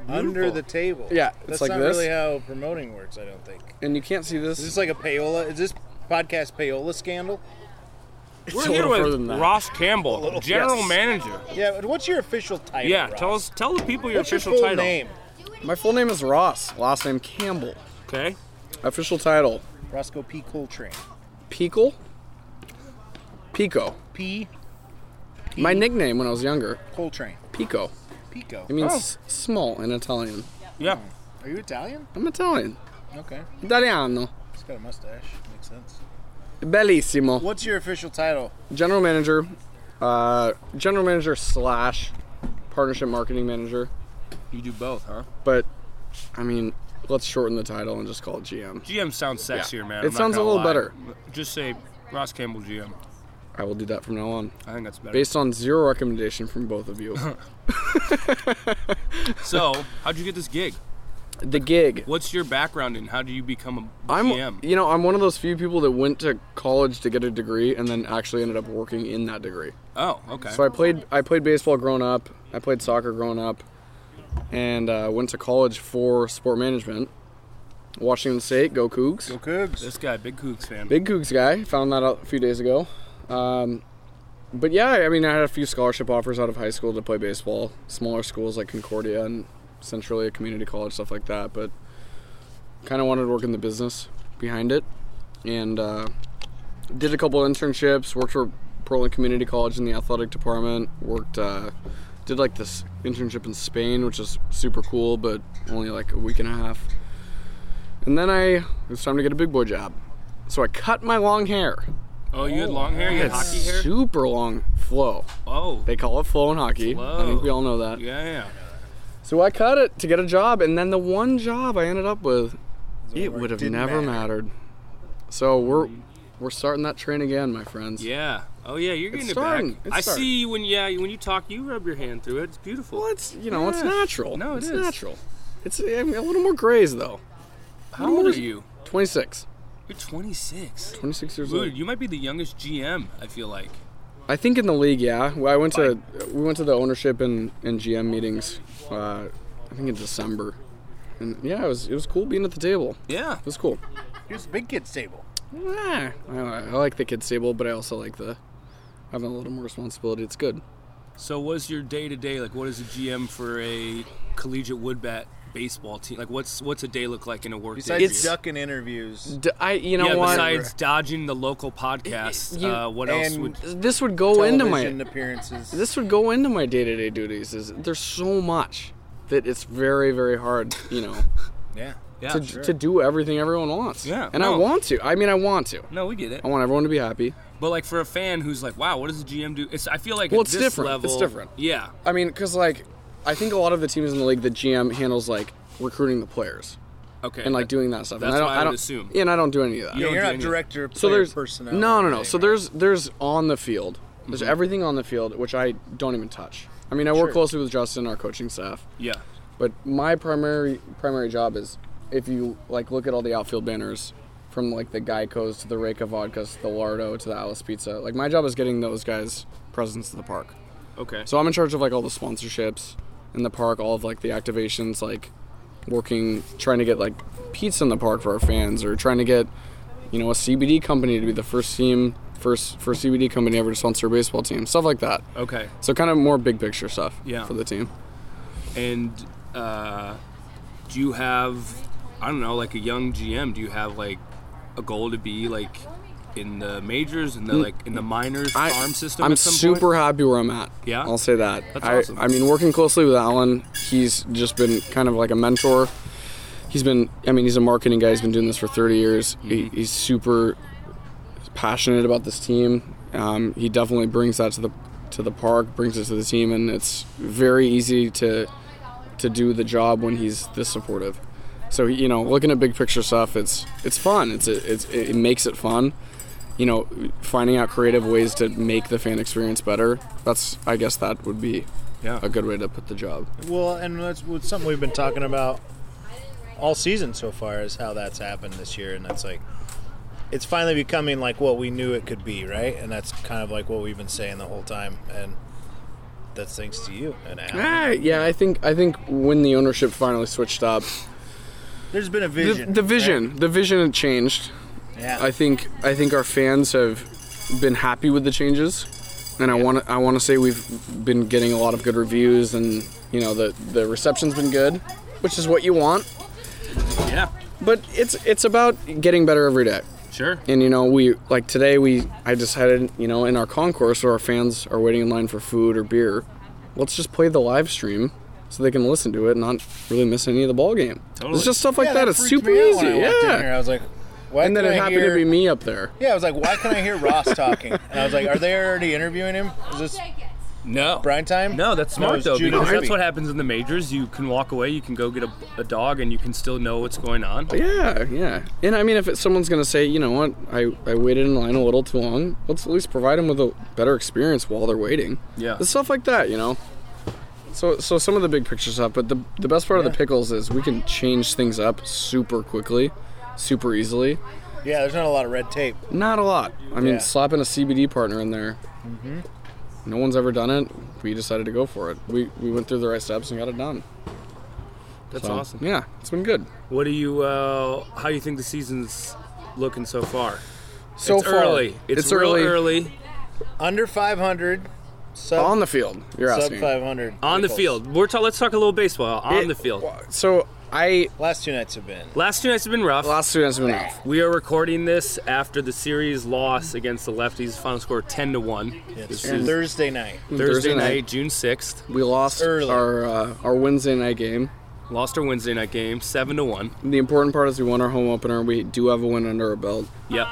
[SPEAKER 3] Under the table.
[SPEAKER 5] Yeah, it's
[SPEAKER 3] that's
[SPEAKER 5] like
[SPEAKER 3] not
[SPEAKER 5] this.
[SPEAKER 3] really how promoting works. I don't think.
[SPEAKER 5] And you can't see
[SPEAKER 3] Is
[SPEAKER 5] this.
[SPEAKER 3] this like a payola? Is this podcast payola scandal?
[SPEAKER 6] We're
[SPEAKER 5] a
[SPEAKER 6] here
[SPEAKER 5] little further than
[SPEAKER 6] with
[SPEAKER 5] that.
[SPEAKER 6] Ross Campbell, general
[SPEAKER 3] yes.
[SPEAKER 6] manager.
[SPEAKER 3] Yeah, but what's your official title?
[SPEAKER 6] Yeah,
[SPEAKER 3] Ross?
[SPEAKER 6] tell us, tell the people your
[SPEAKER 3] What's
[SPEAKER 6] official
[SPEAKER 3] your full
[SPEAKER 6] title.
[SPEAKER 3] name?
[SPEAKER 5] My full name is Ross. Last name Campbell.
[SPEAKER 6] Okay.
[SPEAKER 5] Official title.
[SPEAKER 3] Roscoe P. Coltrane.
[SPEAKER 5] Pickle? Pico.
[SPEAKER 3] P.
[SPEAKER 5] My nickname when I was younger.
[SPEAKER 3] Coltrane.
[SPEAKER 5] Pico.
[SPEAKER 3] Pico.
[SPEAKER 6] Oh.
[SPEAKER 5] It means s- small in Italian.
[SPEAKER 6] Yeah.
[SPEAKER 3] Are you Italian?
[SPEAKER 5] I'm Italian.
[SPEAKER 3] Okay.
[SPEAKER 5] Italiano.
[SPEAKER 3] He's got a mustache. Makes sense.
[SPEAKER 5] Bellissimo.
[SPEAKER 3] What's your official title?
[SPEAKER 5] General manager, uh, general manager slash partnership marketing manager.
[SPEAKER 6] You do both, huh?
[SPEAKER 5] But I mean, let's shorten the title and just call it GM.
[SPEAKER 6] GM sounds sexier, man.
[SPEAKER 5] It
[SPEAKER 6] I'm not
[SPEAKER 5] sounds a
[SPEAKER 6] gonna
[SPEAKER 5] little
[SPEAKER 6] lie.
[SPEAKER 5] better.
[SPEAKER 6] Just say Ross Campbell GM.
[SPEAKER 5] I will do that from now on,
[SPEAKER 6] I think that's better.
[SPEAKER 5] based on zero recommendation from both of you.
[SPEAKER 6] So, how'd you get this gig?
[SPEAKER 5] the gig.
[SPEAKER 6] What's your background and how do you become a
[SPEAKER 5] I'm,
[SPEAKER 6] GM?
[SPEAKER 5] you know, I'm one of those few people that went to college to get a degree and then actually ended up working in that degree.
[SPEAKER 6] Oh, okay.
[SPEAKER 5] So I played I played baseball growing up. I played soccer growing up, and uh, went to college for sport management. Washington State, go Cougs!
[SPEAKER 3] Cougs.
[SPEAKER 6] this guy, big Kooks fan.
[SPEAKER 5] Big Cougs guy. Found that out a few days ago. Um, but yeah, I mean, I had a few scholarship offers out of high school to play baseball. Smaller schools like Concordia and Centralia Community College, stuff like that. But kind of wanted to work in the business behind it, and uh, did a couple internships. Worked for Portland Community College in the athletic department. Worked. Uh, did like this internship in Spain, which is super cool, but only like a week and a half. And then I it was time to get a big boy job. So I cut my long hair.
[SPEAKER 6] oh, you had long hair? You had hockey hair?
[SPEAKER 5] Super long flow.
[SPEAKER 6] Oh.
[SPEAKER 5] They call it flow in hockey. I think we all know that.
[SPEAKER 6] Yeah, yeah.
[SPEAKER 5] So I cut it to get a job, and then the one job I ended up with, it would have
[SPEAKER 3] didn't
[SPEAKER 5] never
[SPEAKER 3] matter.
[SPEAKER 5] mattered. So we're we're starting that train again, my friends.
[SPEAKER 6] Yeah. Oh, yeah, you're getting it
[SPEAKER 5] It's starting.
[SPEAKER 6] back.
[SPEAKER 5] It's
[SPEAKER 6] I
[SPEAKER 5] starting.
[SPEAKER 6] see you when, yeah, when you talk, you rub your hand through it. It's beautiful.
[SPEAKER 5] Well, it's you know it's
[SPEAKER 6] Yeah.
[SPEAKER 5] natural.
[SPEAKER 6] No, it
[SPEAKER 5] it's
[SPEAKER 6] is.
[SPEAKER 5] natural. It's I mean, a little more grays though.
[SPEAKER 6] How old are you?
[SPEAKER 5] 26,
[SPEAKER 6] You're 26.
[SPEAKER 5] 26 years old.
[SPEAKER 6] Dude, you might be the youngest GM, I feel like.
[SPEAKER 5] I think in the league, yeah. Well, I went to we went to the ownership and, and GM meetings. Uh, I think in December, and yeah, it was it was cool being at the table.
[SPEAKER 6] Yeah.
[SPEAKER 5] It was cool.
[SPEAKER 3] Here's the big kid's table.
[SPEAKER 5] Ah, I, I like the kids table, but I also like the having a little more responsibility. It's good.
[SPEAKER 6] So, what's your day to day? Like, what is a GM for a collegiate woodbat baseball team? Like, what's what's a day look like in a work
[SPEAKER 3] Besides
[SPEAKER 6] day? for you?
[SPEAKER 3] ducking interviews.
[SPEAKER 5] D- I you know
[SPEAKER 6] yeah,
[SPEAKER 5] what?
[SPEAKER 6] besides dodging the local podcast,
[SPEAKER 5] You-
[SPEAKER 6] uh, what else
[SPEAKER 3] and
[SPEAKER 6] would
[SPEAKER 5] this would go into my
[SPEAKER 3] television appearances.
[SPEAKER 5] this would go into my day to day duties. Is there's so much that it's very very hard, you know,
[SPEAKER 3] yeah.
[SPEAKER 6] yeah,
[SPEAKER 5] to, to do everything everyone wants.
[SPEAKER 6] Yeah,
[SPEAKER 5] and I
[SPEAKER 6] no.
[SPEAKER 5] want to. I mean, I want to.
[SPEAKER 6] No, we get it.
[SPEAKER 5] I want everyone to be happy.
[SPEAKER 4] But like for a fan who's like, wow, what does the GM do? It's I feel like
[SPEAKER 5] Well,
[SPEAKER 4] at
[SPEAKER 5] it's
[SPEAKER 4] this
[SPEAKER 5] different. It's
[SPEAKER 4] level,
[SPEAKER 5] different.
[SPEAKER 4] Yeah,
[SPEAKER 5] I mean, because like, I think a lot of the teams in the league, the GM handles like recruiting the players
[SPEAKER 4] okay.
[SPEAKER 5] and like doing that stuff.
[SPEAKER 4] That's
[SPEAKER 5] and I don't,
[SPEAKER 4] what I
[SPEAKER 5] I
[SPEAKER 4] would
[SPEAKER 5] don't
[SPEAKER 4] assume.
[SPEAKER 5] Yeah, and I don't do any of that.
[SPEAKER 4] You don't
[SPEAKER 3] you're
[SPEAKER 4] do
[SPEAKER 3] not
[SPEAKER 4] any-
[SPEAKER 3] director of
[SPEAKER 5] so
[SPEAKER 3] player
[SPEAKER 5] there's
[SPEAKER 3] personnel.
[SPEAKER 5] no, no, no.
[SPEAKER 3] thing,
[SPEAKER 5] So
[SPEAKER 3] right?
[SPEAKER 5] there's there's on the field. There's everything on the field, which I don't even touch. I mean, I work closely with Justin, our coaching staff.
[SPEAKER 4] yeah,
[SPEAKER 5] But my primary primary job is if you like look at all the outfield banners from like the Geico's to the Reka Vodkas to the Lardo to the Alice Pizza. Like my job is getting those guys presents to the park.
[SPEAKER 4] okay.
[SPEAKER 5] So I'm in charge of like all the sponsorships in the park, all of like the activations, like working trying to get like pizza in the park for our fans or trying to get you know a CBD company to be the first team first first CBD company ever to sponsor a baseball team, stuff like that.
[SPEAKER 4] okay.
[SPEAKER 5] So kind of more big picture stuff
[SPEAKER 4] Yeah.
[SPEAKER 5] for the team.
[SPEAKER 4] And uh, do you have, I don't know, like a young GM? Do you have like a goal to be like in the majors and the like in the minors
[SPEAKER 5] Mm. I-
[SPEAKER 4] farm system?
[SPEAKER 5] I'm
[SPEAKER 4] at some
[SPEAKER 5] super
[SPEAKER 4] Point?
[SPEAKER 5] happy where I'm at.
[SPEAKER 4] Yeah?
[SPEAKER 5] I'll say that.
[SPEAKER 4] That's
[SPEAKER 5] I,
[SPEAKER 4] awesome.
[SPEAKER 5] I mean, working closely with Alan, he's just been kind of like a mentor. He's been, I mean, he's a marketing guy. He's been doing this for 30 years. He,
[SPEAKER 4] Mm-hmm.
[SPEAKER 5] he's super passionate about this team. Um, he definitely brings that to the to the park, brings it to the team, and it's very easy to to do the job when he's this supportive. So you know, looking at big picture stuff, it's it's fun. It's it's it makes it fun. You know, finding out creative ways to make the fan experience better. That's I guess that would be
[SPEAKER 4] Yeah.
[SPEAKER 5] a good way to put the job.
[SPEAKER 3] Well, and that's what's something we've been talking about all season so far is how that's happened this year, and that's like it's finally becoming like what we knew it could be, right? And that's kind of like what we've been saying the whole time, and that's thanks to you and Al.
[SPEAKER 5] Ah, yeah, I think I think when the ownership finally switched up,
[SPEAKER 3] There's been a
[SPEAKER 5] the
[SPEAKER 3] vision.
[SPEAKER 5] the vision, the vision had changed.
[SPEAKER 3] right? Yeah.
[SPEAKER 5] I think I think our fans have been happy with the changes, and I want to I want to say we've been getting a lot of good reviews, and you know the the reception's been good, which is what you want.
[SPEAKER 4] Yeah,
[SPEAKER 5] But it's it's about getting better every day,
[SPEAKER 4] sure.
[SPEAKER 5] and you know we like today we I decided you know in our concourse where our fans are waiting in line for food or beer, let's just play the live stream. So they can listen to it, and not really miss any of the ball game.
[SPEAKER 4] Totally.
[SPEAKER 5] It's just stuff like
[SPEAKER 3] Yeah,
[SPEAKER 5] that.
[SPEAKER 3] that
[SPEAKER 5] It's
[SPEAKER 3] freaked
[SPEAKER 5] super
[SPEAKER 3] me out
[SPEAKER 5] easy.
[SPEAKER 3] when I walked in here.
[SPEAKER 5] Yeah.
[SPEAKER 3] I was like, why
[SPEAKER 5] And then
[SPEAKER 3] can
[SPEAKER 5] it
[SPEAKER 3] I
[SPEAKER 5] happened to
[SPEAKER 3] hear-
[SPEAKER 5] be me up there.
[SPEAKER 3] Yeah, I was like, why can I hear Ross talking? And I was like, are they already interviewing him? Is this
[SPEAKER 4] No.
[SPEAKER 3] Brian time?
[SPEAKER 4] No, that's smart
[SPEAKER 3] it's
[SPEAKER 4] though,
[SPEAKER 3] Judy
[SPEAKER 4] because
[SPEAKER 3] Kirby.
[SPEAKER 4] that's what happens in the majors. You can walk away, you can go get a, a dog, and you can still know what's going on.
[SPEAKER 5] Yeah, yeah. And I mean, if it, someone's gonna say, you know what, I, I waited in line a little too long, let's at least provide them with a better experience while they're waiting.
[SPEAKER 4] Yeah.
[SPEAKER 5] It's stuff like that, you know. So so some of the big picture stuff, but the the best part of the pickles is we can change things up super quickly, super easily.
[SPEAKER 3] Yeah, there's not a lot of red tape.
[SPEAKER 5] Not a lot. I mean,
[SPEAKER 3] Yeah.
[SPEAKER 5] slapping a CBD partner in there.
[SPEAKER 4] Mm-hmm.
[SPEAKER 5] No one's ever done it. We decided to go for it. We we went through the right steps and got it done.
[SPEAKER 4] That's
[SPEAKER 5] So,
[SPEAKER 4] awesome.
[SPEAKER 5] Yeah, it's been good.
[SPEAKER 4] What do you? Uh, how do you think the season's looking so far?
[SPEAKER 5] So
[SPEAKER 4] it's
[SPEAKER 5] far,
[SPEAKER 4] early. It's, real early.
[SPEAKER 3] Under 500, sub,
[SPEAKER 5] On the field, you're
[SPEAKER 3] sub
[SPEAKER 5] asking.
[SPEAKER 3] 500.
[SPEAKER 4] On the
[SPEAKER 3] vehicles.
[SPEAKER 4] field, we're ta- let's talk a little baseball. On the field,
[SPEAKER 5] So I
[SPEAKER 3] Last two nights have been.
[SPEAKER 4] last two nights have been rough.
[SPEAKER 5] last two has been off.
[SPEAKER 4] we are recording this after the series loss against the Lefties. Final score ten to one.
[SPEAKER 3] It's
[SPEAKER 4] This is Thursday,
[SPEAKER 3] Thursday night.
[SPEAKER 5] Thursday
[SPEAKER 4] night,
[SPEAKER 5] night.
[SPEAKER 4] June sixth.
[SPEAKER 5] We lost
[SPEAKER 3] Early.
[SPEAKER 5] our uh, our Wednesday night game.
[SPEAKER 4] Lost our Wednesday night game, seven to one.
[SPEAKER 5] The important part is we won our home opener. We do have a win under our belt.
[SPEAKER 4] Yep.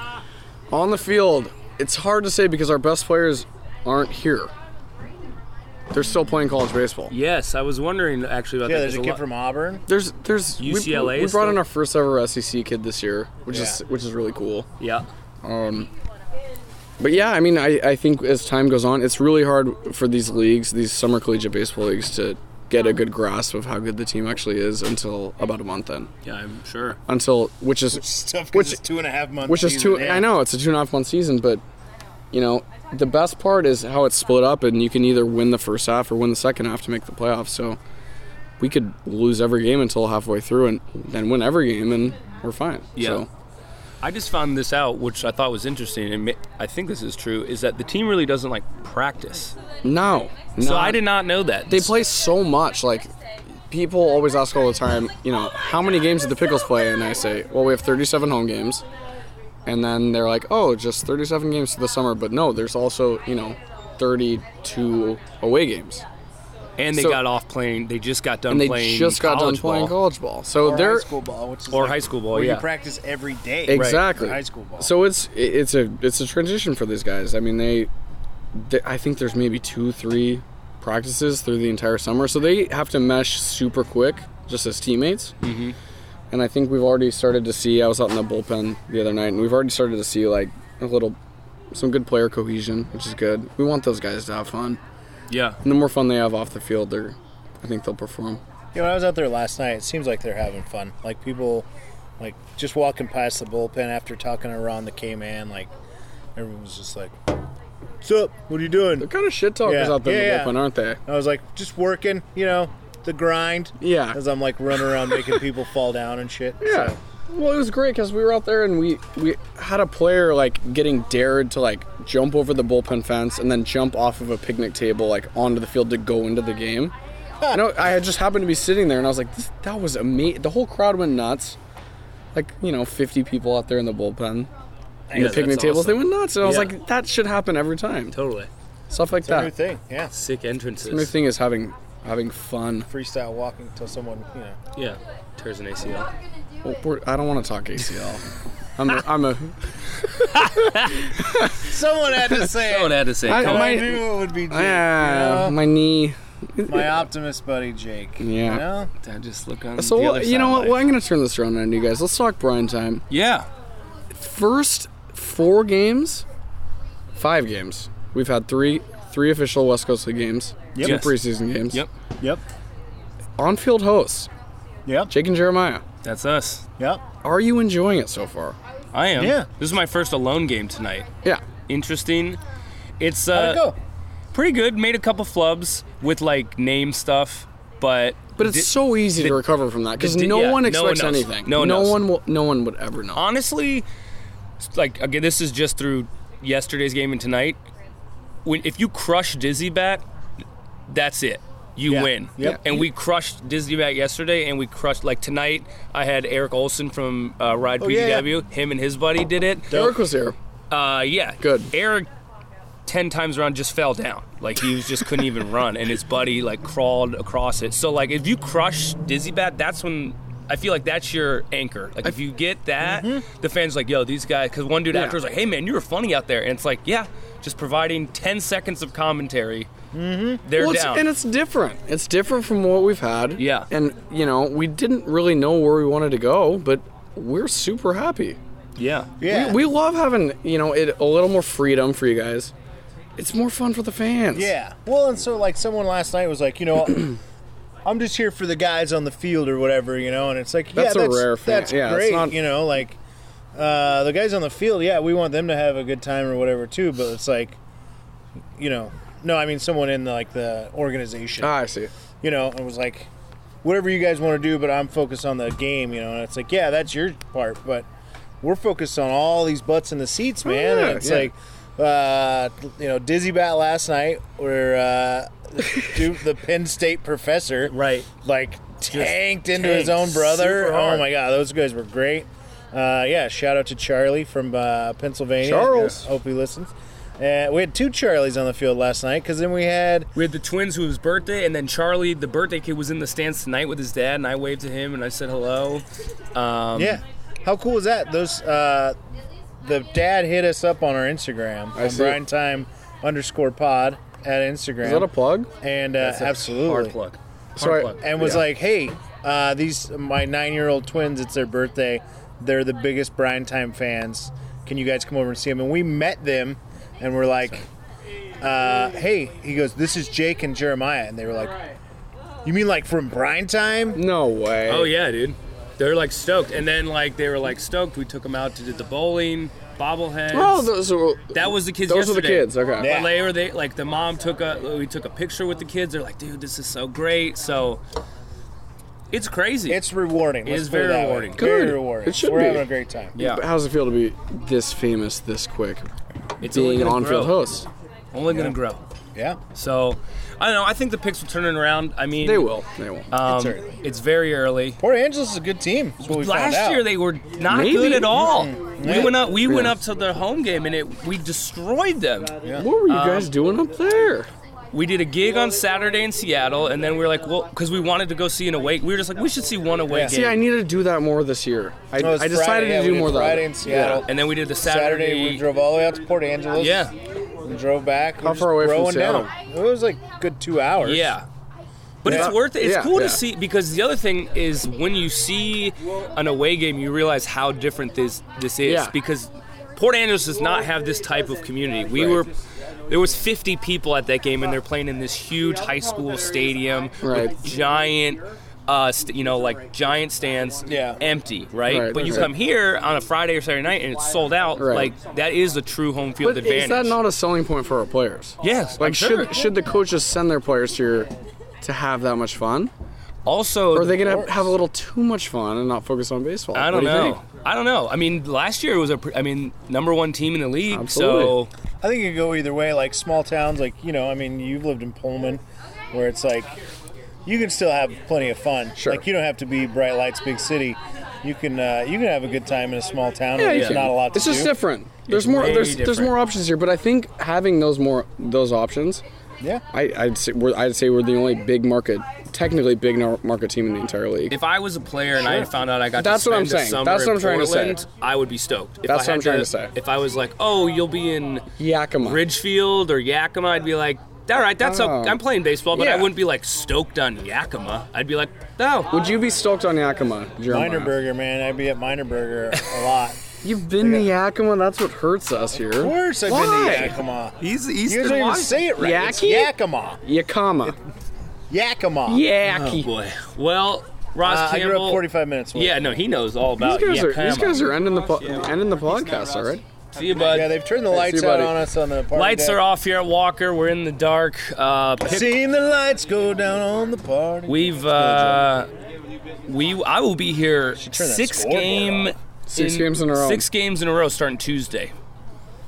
[SPEAKER 5] On the field, it's hard to say because our best players aren't here. They're still playing college baseball.
[SPEAKER 4] Yes, I was wondering actually about
[SPEAKER 3] Yeah,
[SPEAKER 4] that.
[SPEAKER 3] there's a
[SPEAKER 4] lot-
[SPEAKER 3] kid from Auburn.
[SPEAKER 5] There's there's we-
[SPEAKER 4] UCLA
[SPEAKER 5] We,
[SPEAKER 4] is
[SPEAKER 5] brought
[SPEAKER 4] still-
[SPEAKER 5] in our first ever SEC kid this year, which is
[SPEAKER 3] Yeah.
[SPEAKER 5] which is really cool.
[SPEAKER 4] Yeah.
[SPEAKER 5] But yeah, I mean, I, I think as time goes on, it's really hard for these leagues, these summer collegiate baseball leagues, to get a good grasp of how good the team actually is until about a month in.
[SPEAKER 4] Yeah, I'm sure.
[SPEAKER 5] Until which is
[SPEAKER 3] Stuff
[SPEAKER 5] Which-
[SPEAKER 3] which is two and a half months.
[SPEAKER 5] which is two. I know it's a two and a half month season, but you know the best part is how it's split up, and you can either win the first half or win the second half to make the playoffs. So we could lose every game until halfway through, and then win every game, and we're fine.
[SPEAKER 4] Yeah.
[SPEAKER 5] So,
[SPEAKER 4] I just found this out, which I thought was interesting, and ma- I think this is true, is that the team really doesn't like practice.
[SPEAKER 5] no, no.
[SPEAKER 4] So I did not know that.
[SPEAKER 5] They play so much. Like people always ask all the time, you know, how many games did the Pickles play? And I say, well, we have 37 home games. And then they're like, oh, just 37 games for the summer. But no, there's also you know, 32 away games.
[SPEAKER 4] and they
[SPEAKER 5] So-
[SPEAKER 4] got off playing. They just got done
[SPEAKER 5] and they
[SPEAKER 4] playing
[SPEAKER 5] just got done
[SPEAKER 4] college ball.
[SPEAKER 5] playing college ball. So they're
[SPEAKER 3] ball, which is
[SPEAKER 4] Or high school ball,
[SPEAKER 3] where
[SPEAKER 4] yeah.
[SPEAKER 3] you practice every day.
[SPEAKER 5] exactly
[SPEAKER 3] for High school ball.
[SPEAKER 5] So it's it- it's a it's a transition for these guys. I mean, they, they I think there's maybe two three practices through the entire summer, so they have to mesh super quick just as teammates. Mm-hmm. And I think we've already started to see. I was out in the bullpen the other night, and we've already started to see like a little some good player cohesion, which is good. We want those guys to have fun.
[SPEAKER 4] Yeah,
[SPEAKER 5] And the more fun they have off the field, they're I think they'll perform.
[SPEAKER 3] Yeah, when I was out there last night, it seems like they're having fun. Like people, like just walking past the bullpen after talking around the K man, like everyone was just like, "What's up? What are you doing?"
[SPEAKER 5] They're kind of shit talkers
[SPEAKER 3] Yeah.
[SPEAKER 5] out there
[SPEAKER 3] Yeah,
[SPEAKER 5] in the bullpen,
[SPEAKER 3] yeah.
[SPEAKER 5] aren't they?
[SPEAKER 3] I was like, "Just working, you know, the grind."
[SPEAKER 5] Yeah.
[SPEAKER 3] As I'm like running around making people fall down and shit.
[SPEAKER 5] Yeah.
[SPEAKER 3] So,
[SPEAKER 5] Well, it was great because we were out there and we we had a player like getting dared to like jump over the bullpen fence and then jump off of a picnic table like onto the field to go into the game. I know I had just happened to be sitting there and I was like, this, that was amazing. The whole crowd went nuts. Like you know, 50 people out there in the bullpen, in the
[SPEAKER 4] that's
[SPEAKER 5] picnic tables, they
[SPEAKER 4] awesome.
[SPEAKER 5] went nuts. And I was
[SPEAKER 4] Yeah.
[SPEAKER 5] like, that should happen every time.
[SPEAKER 4] totally.
[SPEAKER 5] Stuff like
[SPEAKER 3] it's a new
[SPEAKER 5] that.
[SPEAKER 3] thing. Yeah.
[SPEAKER 4] Sick entrances.
[SPEAKER 5] The new thing is having having fun.
[SPEAKER 3] Freestyle walking till someone, you know.
[SPEAKER 4] Yeah, tears an ACL.
[SPEAKER 5] Well, Oh, we're, I don't want to talk ACL. I'm a, I'm a
[SPEAKER 3] Someone had to say.
[SPEAKER 4] Someone
[SPEAKER 3] it.
[SPEAKER 4] had to say,
[SPEAKER 5] I-
[SPEAKER 4] "Come
[SPEAKER 5] my-
[SPEAKER 4] on."
[SPEAKER 3] I knew it would be Jake. you
[SPEAKER 5] ah,
[SPEAKER 3] know?
[SPEAKER 5] my knee.
[SPEAKER 3] my optimist buddy Jake.
[SPEAKER 5] Yeah.
[SPEAKER 3] You know?
[SPEAKER 4] Dad, Just look on
[SPEAKER 5] So
[SPEAKER 4] the
[SPEAKER 5] well,
[SPEAKER 4] other
[SPEAKER 5] you
[SPEAKER 4] side
[SPEAKER 5] know
[SPEAKER 4] of
[SPEAKER 5] what?
[SPEAKER 4] life.
[SPEAKER 5] Well, I'm gonna turn this around on you guys. Let's talk Brian time.
[SPEAKER 4] Yeah,
[SPEAKER 5] First four games, five games. We've had three three official West Coast League games, two
[SPEAKER 4] Yes.
[SPEAKER 5] preseason games.
[SPEAKER 4] Yep.
[SPEAKER 3] Yep.
[SPEAKER 5] On field hosts,
[SPEAKER 3] Yep.
[SPEAKER 5] Jake and Jeremiah.
[SPEAKER 4] that's us.
[SPEAKER 3] Yep.
[SPEAKER 5] Are you enjoying it so far?
[SPEAKER 4] I am.
[SPEAKER 3] Yeah.
[SPEAKER 4] This is my first alone game tonight.
[SPEAKER 5] Yeah.
[SPEAKER 4] Interesting. It's
[SPEAKER 3] How'd
[SPEAKER 4] uh,
[SPEAKER 3] it go?
[SPEAKER 4] pretty good. Made a couple flubs with like name stuff, but
[SPEAKER 5] But it's
[SPEAKER 4] di-
[SPEAKER 5] so easy to
[SPEAKER 4] the-
[SPEAKER 5] recover from that because
[SPEAKER 4] the-
[SPEAKER 5] no
[SPEAKER 4] yeah,
[SPEAKER 5] one
[SPEAKER 4] no
[SPEAKER 5] expects
[SPEAKER 4] one knows.
[SPEAKER 5] anything.
[SPEAKER 4] No one knows.
[SPEAKER 5] one will. No one would ever know.
[SPEAKER 4] honestly, it's like again, this is just through yesterday's game and tonight. When if you crush Dizzy Bat, that's it. You
[SPEAKER 3] Yeah.
[SPEAKER 4] win.
[SPEAKER 3] Yep.
[SPEAKER 4] And we crushed Dizzy Bat yesterday, and we crushed like tonight. I had Eric Olson from uh, Ride
[SPEAKER 3] Oh, yeah, yeah.
[SPEAKER 4] PDW. Him and his buddy did it.
[SPEAKER 5] Eric was here.
[SPEAKER 4] Uh, yeah.
[SPEAKER 5] Good.
[SPEAKER 4] Eric, ten times around, just fell down. Like he was just couldn't even run, and his buddy like crawled across it. So like if you crush Dizzy Bat, that's when I feel like that's your anchor. Like if you get that, the fans like, yo, these guys. Because one dude
[SPEAKER 5] Mm-hmm. Yeah.
[SPEAKER 4] after was like, hey man, you were funny out there, and it's like, yeah, just providing ten seconds of commentary. Mm-hmm. They're
[SPEAKER 5] Well, it's,
[SPEAKER 4] down.
[SPEAKER 5] and it's different. It's different from what we've had.
[SPEAKER 4] Yeah.
[SPEAKER 5] And you know, we didn't really know where we wanted to go, but we're super happy.
[SPEAKER 4] yeah.
[SPEAKER 3] Yeah.
[SPEAKER 5] We love having you know it a little more freedom for you guys. It's more fun for the fans.
[SPEAKER 3] Yeah. Well, and so like someone last night was like, you know, I'm just here for the guys on the field or whatever, you know, and it's like,
[SPEAKER 5] That's a
[SPEAKER 3] yeah, that's,
[SPEAKER 5] rare fan.
[SPEAKER 3] that's
[SPEAKER 5] Yeah, it's
[SPEAKER 3] great,
[SPEAKER 5] not-
[SPEAKER 3] you know, like uh, the guys on the field, yeah, we want them to have a good time or whatever too, but it's like, you know, no, I mean someone in the, like the organization,
[SPEAKER 5] Ah, I see.
[SPEAKER 3] you know, and was like, whatever you guys want to do, but I'm focused on the game, you know, and it's like, yeah, that's your part, but we're focused on all these butts in the
[SPEAKER 4] Oh,
[SPEAKER 3] seats, man.
[SPEAKER 5] yeah,
[SPEAKER 3] and it's
[SPEAKER 5] yeah.
[SPEAKER 3] like, uh, you know, Dizzy Bat last night, where uh, Duke, the Penn State professor,
[SPEAKER 4] Right.
[SPEAKER 3] like tanked into his
[SPEAKER 4] tanked
[SPEAKER 3] own brother.
[SPEAKER 4] super hard.
[SPEAKER 3] Oh my god, those guys were great. Uh, yeah, shout out to Charlie from uh, Pennsylvania.
[SPEAKER 5] Charles.
[SPEAKER 3] hope he listens. Uh, we had two Charlies on the field last night because then we had
[SPEAKER 4] We had the twins who was birthday, and then Charlie, the birthday kid, was in the stands tonight with his dad, and I waved to him and I said hello. Um,
[SPEAKER 3] Yeah. How cool is that? Those uh, the dad hit us up on our Instagram
[SPEAKER 5] I
[SPEAKER 3] on
[SPEAKER 5] see.
[SPEAKER 3] Brian Time underscore pod at Instagram.
[SPEAKER 5] Is that a plug?
[SPEAKER 3] and uh,
[SPEAKER 4] a
[SPEAKER 3] absolutely
[SPEAKER 4] Hard plug. Hard
[SPEAKER 5] Sorry.
[SPEAKER 4] plug.
[SPEAKER 3] and was
[SPEAKER 5] Yeah.
[SPEAKER 3] like, "Hey, uh, these my nine-year-old twins. It's their birthday. They're the biggest Brian Time fans. Can you guys come over and see them?" And we met them, and we're like, uh, "Hey," he goes, "This is Jake and Jeremiah," and they were like, "You mean like from Brian Time?"
[SPEAKER 5] No way.
[SPEAKER 4] Oh yeah, dude. They're like stoked, and then like they were like stoked. We took them out to do the bowling, bobbleheads.
[SPEAKER 5] Oh, those were,
[SPEAKER 4] that was the kids.
[SPEAKER 5] those were the
[SPEAKER 4] yesterday.
[SPEAKER 5] kids. Okay.
[SPEAKER 3] Yeah.
[SPEAKER 4] But later, they like the mom took a we took a picture with the kids. They're like, dude, this is so great. So it's crazy.
[SPEAKER 3] It's rewarding. Let's
[SPEAKER 4] is
[SPEAKER 3] put it
[SPEAKER 4] very
[SPEAKER 3] that way.
[SPEAKER 4] rewarding.
[SPEAKER 5] Good.
[SPEAKER 3] Very rewarding.
[SPEAKER 5] It should
[SPEAKER 3] We're
[SPEAKER 5] be.
[SPEAKER 3] having a great time.
[SPEAKER 4] yeah.
[SPEAKER 5] But How's it feel to be this famous this quick?
[SPEAKER 4] It's only
[SPEAKER 5] Being an
[SPEAKER 4] gonna
[SPEAKER 5] on-field
[SPEAKER 4] grow.
[SPEAKER 5] host.
[SPEAKER 4] Only gonna grow.
[SPEAKER 3] Yeah.
[SPEAKER 4] So I don't know. I think the picks will turn it around. I mean,
[SPEAKER 5] They will. They will.
[SPEAKER 4] Um,
[SPEAKER 3] It's
[SPEAKER 4] it's,
[SPEAKER 3] early.
[SPEAKER 4] very early.
[SPEAKER 3] Port Angeles is a good team. is what we found
[SPEAKER 4] Last
[SPEAKER 3] out.
[SPEAKER 4] year they were not
[SPEAKER 5] Maybe. Mm-hmm.
[SPEAKER 4] good at all. We
[SPEAKER 3] Yeah.
[SPEAKER 4] went up. We went
[SPEAKER 5] Yeah.
[SPEAKER 4] up to their home game and it we destroyed them.
[SPEAKER 5] what were you guys doing up there?
[SPEAKER 6] we did a gig on Saturday in Seattle, and then we were like, well, because we wanted to go see an away. We were just like, we should see one away game.
[SPEAKER 5] See, I need to do that more this year. I,
[SPEAKER 3] No, Oh, it's
[SPEAKER 5] I decided
[SPEAKER 3] Friday. Yeah,
[SPEAKER 5] to do
[SPEAKER 3] we did
[SPEAKER 5] more that.
[SPEAKER 3] Friday in Seattle.
[SPEAKER 6] and then we did the Saturday.
[SPEAKER 3] Saturday, we drove all the way out to Port Angeles.
[SPEAKER 6] Yeah.
[SPEAKER 3] We drove back.
[SPEAKER 5] How
[SPEAKER 3] We're
[SPEAKER 5] far away
[SPEAKER 3] just
[SPEAKER 5] from
[SPEAKER 3] rolling
[SPEAKER 5] Seattle?
[SPEAKER 3] down. It was like a good two hours.
[SPEAKER 6] Yeah. But
[SPEAKER 5] Yeah.
[SPEAKER 6] it's worth it. It's
[SPEAKER 5] Yeah.
[SPEAKER 6] cool
[SPEAKER 5] Yeah.
[SPEAKER 6] to see because the other thing is when you see an away game, you realize how different this this is
[SPEAKER 5] Yeah.
[SPEAKER 6] because Port Angeles does not have this type of community. We were there was 50 people at that game and they're playing in this huge high school stadium
[SPEAKER 5] Right.
[SPEAKER 6] with giant uh, st- you know, like giant stands,
[SPEAKER 3] Yeah.
[SPEAKER 6] empty, right?
[SPEAKER 5] Right,
[SPEAKER 6] But you
[SPEAKER 5] right.
[SPEAKER 6] come here on a Friday or Saturday night and it's sold out.
[SPEAKER 5] Right.
[SPEAKER 6] Like that is the true home field
[SPEAKER 5] But
[SPEAKER 6] advantage.
[SPEAKER 5] is that not a selling point for our players?
[SPEAKER 6] yes,
[SPEAKER 5] Like,
[SPEAKER 6] I'm
[SPEAKER 5] should
[SPEAKER 6] sure.
[SPEAKER 5] should the coaches send their players here to have that much fun,
[SPEAKER 6] also,
[SPEAKER 5] or are they
[SPEAKER 6] the
[SPEAKER 5] gonna have a little too much fun and not focus on baseball?
[SPEAKER 6] I
[SPEAKER 5] What
[SPEAKER 6] don't
[SPEAKER 5] do you
[SPEAKER 6] know.
[SPEAKER 5] think?
[SPEAKER 6] I don't know. I mean, last year was a, pr- I mean, number one team in the league.
[SPEAKER 5] Absolutely.
[SPEAKER 6] So
[SPEAKER 3] I think you could go either way. Like small towns, like you know, I mean, you've lived in Pullman, where it's like you can still have plenty of fun.
[SPEAKER 5] Sure.
[SPEAKER 3] Like you don't have to be bright lights, big city. You can uh, you can have a good time in a small town.
[SPEAKER 5] Yeah,
[SPEAKER 3] where
[SPEAKER 5] you
[SPEAKER 3] there's
[SPEAKER 5] can.
[SPEAKER 3] not a lot. To
[SPEAKER 5] It's just
[SPEAKER 3] do.
[SPEAKER 5] different. There's more.
[SPEAKER 6] way
[SPEAKER 5] There's there's
[SPEAKER 6] different.
[SPEAKER 5] more options here, but I think having those more those options,
[SPEAKER 3] Yeah.
[SPEAKER 5] I, I'd say we're, I'd say we're the only big market, technically big nar- market team in the entire league.
[SPEAKER 6] if I was a player and I had found out I got
[SPEAKER 5] That's
[SPEAKER 6] to
[SPEAKER 5] what I'm
[SPEAKER 6] spend the
[SPEAKER 5] saying.
[SPEAKER 6] summer
[SPEAKER 5] That's
[SPEAKER 6] in
[SPEAKER 5] what I'm trying to say.
[SPEAKER 6] Portland, I would be stoked. If
[SPEAKER 5] That's
[SPEAKER 6] I
[SPEAKER 5] what
[SPEAKER 6] had
[SPEAKER 5] I'm trying to say.
[SPEAKER 6] If I was like, oh, you'll be in
[SPEAKER 5] Yakima.
[SPEAKER 6] Ridgefield or Yakima, I'd be like, all right, that's
[SPEAKER 5] Oh.
[SPEAKER 6] okay. I'm playing baseball, but
[SPEAKER 5] Yeah.
[SPEAKER 6] I wouldn't be like stoked on Yakima. I'd be like, no.
[SPEAKER 5] Would you be stoked on Yakima, Jeremiah?
[SPEAKER 3] Minerburger, man. I'd be at Minerburger a lot.
[SPEAKER 5] You've been to Yakima. That's what hurts us here.
[SPEAKER 3] of course, I've
[SPEAKER 5] Why?
[SPEAKER 3] been to Yakima.
[SPEAKER 4] He's
[SPEAKER 3] You guys don't
[SPEAKER 4] Eastern
[SPEAKER 3] even
[SPEAKER 4] Washington.
[SPEAKER 3] say it right. It's
[SPEAKER 5] Yaki?
[SPEAKER 3] Yakima.
[SPEAKER 5] Yakima.
[SPEAKER 3] Yakima.
[SPEAKER 5] Yaki.
[SPEAKER 6] Oh, Boy. Well, Ross
[SPEAKER 3] Uh, I
[SPEAKER 6] Campbell.
[SPEAKER 3] grew up 45 minutes away.
[SPEAKER 6] Yeah, no, he knows all about
[SPEAKER 5] these guys are
[SPEAKER 6] Yakima.
[SPEAKER 5] these guys are ending the po- ending the podcast, all right?
[SPEAKER 6] See you, bud.
[SPEAKER 3] Yeah, they've turned the lights
[SPEAKER 5] you,
[SPEAKER 3] out
[SPEAKER 5] buddy.
[SPEAKER 3] on us on the party
[SPEAKER 6] Lights
[SPEAKER 3] deck.
[SPEAKER 6] are off here at Walker. We're in the dark. Uh, pick-
[SPEAKER 3] Seen the lights go down on the party.
[SPEAKER 6] We've uh, we I will be here
[SPEAKER 3] turn that
[SPEAKER 6] six
[SPEAKER 3] scoreboard
[SPEAKER 6] game
[SPEAKER 5] Six games in a row.
[SPEAKER 6] Six games in a row starting Tuesday.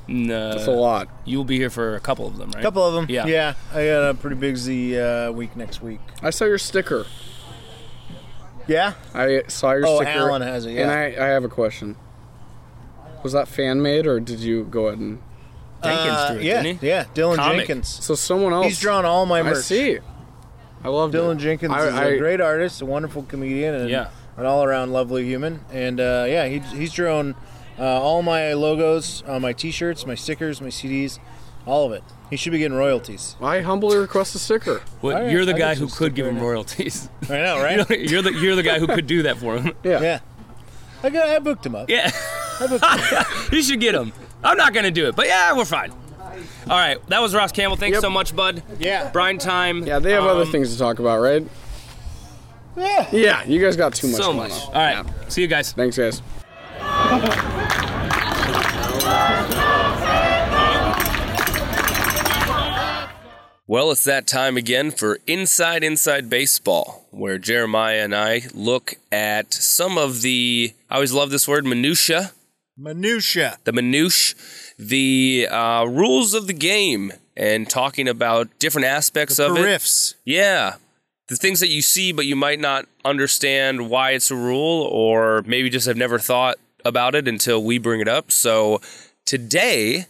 [SPEAKER 6] No,
[SPEAKER 5] It's a lot.
[SPEAKER 6] you'll be here for a couple of them, right?
[SPEAKER 3] couple of them.
[SPEAKER 6] Yeah.
[SPEAKER 3] Yeah. I got a pretty busy uh, week next week.
[SPEAKER 5] I saw your sticker.
[SPEAKER 3] Yeah.
[SPEAKER 5] I saw your
[SPEAKER 3] Oh,
[SPEAKER 5] sticker.
[SPEAKER 3] Alan has it, yeah.
[SPEAKER 5] And I, I have a question. Was that fan made or did you go ahead and?
[SPEAKER 6] Jenkins
[SPEAKER 3] Uh,
[SPEAKER 6] drew it,
[SPEAKER 3] yeah.
[SPEAKER 6] didn't he?
[SPEAKER 3] Yeah. Dylan
[SPEAKER 6] Comic.
[SPEAKER 3] Jenkins.
[SPEAKER 5] So someone else.
[SPEAKER 3] He's drawn all my
[SPEAKER 5] I
[SPEAKER 3] merch.
[SPEAKER 5] see. I love
[SPEAKER 3] Dylan Jenkins
[SPEAKER 5] I,
[SPEAKER 3] is a great artist, a wonderful comedian, and
[SPEAKER 6] Yeah.
[SPEAKER 3] an all-around lovely human. And uh, yeah, he, he's drawn uh, all my logos, uh, my T-shirts, my stickers, my CDs, all of it. He should be getting royalties.
[SPEAKER 5] I humbly request a sticker.
[SPEAKER 6] Well,
[SPEAKER 3] All right,
[SPEAKER 6] you're the
[SPEAKER 3] I
[SPEAKER 6] guy
[SPEAKER 3] get
[SPEAKER 6] who
[SPEAKER 3] some
[SPEAKER 6] could give
[SPEAKER 3] sticker
[SPEAKER 6] him
[SPEAKER 3] in it.
[SPEAKER 6] royalties.
[SPEAKER 3] I know, right?
[SPEAKER 6] you're the you're the guy who could do that for him.
[SPEAKER 5] Yeah.
[SPEAKER 3] yeah. I, got, I booked him up.
[SPEAKER 6] Yeah,
[SPEAKER 3] I booked him up.
[SPEAKER 6] you should get him. I'm not gonna do it, but yeah, we're fine. All right, that was Ross Campbell. Thanks
[SPEAKER 5] Yep.
[SPEAKER 6] so much, bud.
[SPEAKER 3] Yeah.
[SPEAKER 6] Brian time.
[SPEAKER 5] Yeah, they have other
[SPEAKER 6] Um,
[SPEAKER 5] things to talk about, right?
[SPEAKER 3] Yeah.
[SPEAKER 5] Yeah, you guys got too much.
[SPEAKER 6] So
[SPEAKER 5] going
[SPEAKER 6] much.
[SPEAKER 5] on.
[SPEAKER 6] All right, see you guys.
[SPEAKER 5] Thanks, guys.
[SPEAKER 4] Well, it's that time again for Inside Inside Baseball, where Jeremiah and I look at some of the, I always love this word, minutia,
[SPEAKER 3] Minutia.
[SPEAKER 4] the minutiae, the uh, rules of the game, and talking about different aspects of it.
[SPEAKER 3] Riffs.
[SPEAKER 4] Yeah. The things that you see, but you might not understand why it's a rule, or maybe just have never thought about it until we bring it up. So today,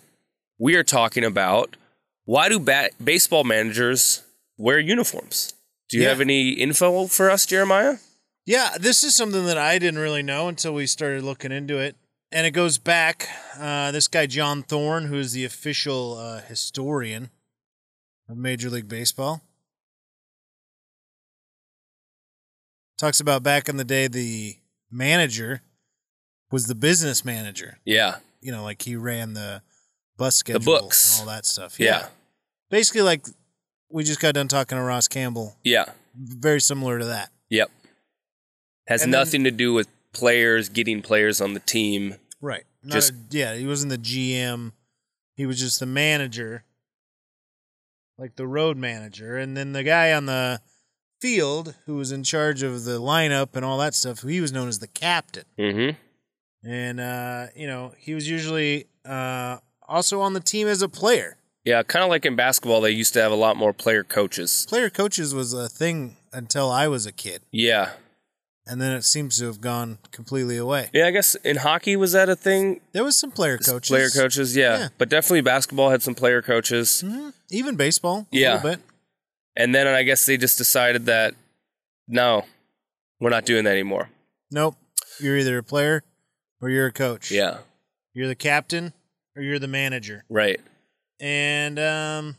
[SPEAKER 4] we are talking about why do bat- baseball managers wear uniforms? Do you
[SPEAKER 3] Yeah.
[SPEAKER 4] have any info for us, Jeremiah?
[SPEAKER 3] Yeah, this is something that I didn't really know until we started looking into it. And it goes back. Uh, this guy, John Thorne, who is the official uh, historian of Major League Baseball, talks about back in the day, the manager was the business manager.
[SPEAKER 4] Yeah.
[SPEAKER 3] You know, like he ran the bus schedule
[SPEAKER 4] books.
[SPEAKER 3] and all that stuff.
[SPEAKER 4] Yeah.
[SPEAKER 3] Basically, like we just got done talking to Ross Campbell,
[SPEAKER 4] Yeah.
[SPEAKER 3] very similar to that.
[SPEAKER 4] Yep. Has
[SPEAKER 3] And then-
[SPEAKER 4] nothing to do with players getting players on the team.
[SPEAKER 3] Right. Not
[SPEAKER 4] Just-
[SPEAKER 3] a- yeah, he wasn't the GM. He was just the manager, like the road manager, and then the guy on the field who was in charge of the lineup and all that stuff. He was known as the captain,
[SPEAKER 4] Mm-hmm.
[SPEAKER 3] and uh, you know he was usually uh, also on the team as a player.
[SPEAKER 4] Yeah, kind of like in basketball, they used to have a lot more player coaches.
[SPEAKER 3] Player coaches was a thing until I was a kid.
[SPEAKER 4] Yeah,
[SPEAKER 3] and then it seems to have gone completely away.
[SPEAKER 4] Yeah, I guess in hockey was that a thing?
[SPEAKER 3] There was some player coaches,
[SPEAKER 4] Player coaches, yeah.
[SPEAKER 3] Yeah. Mm-hmm.
[SPEAKER 4] But definitely basketball had some player coaches.
[SPEAKER 3] even baseball, a
[SPEAKER 4] Yeah.
[SPEAKER 3] little bit.
[SPEAKER 4] And then I guess they just decided that no, we're not doing that anymore.
[SPEAKER 3] Nope, you're either a player or you're a coach.
[SPEAKER 4] Yeah.
[SPEAKER 3] you're the captain or you're the manager,
[SPEAKER 4] Right.
[SPEAKER 3] and um,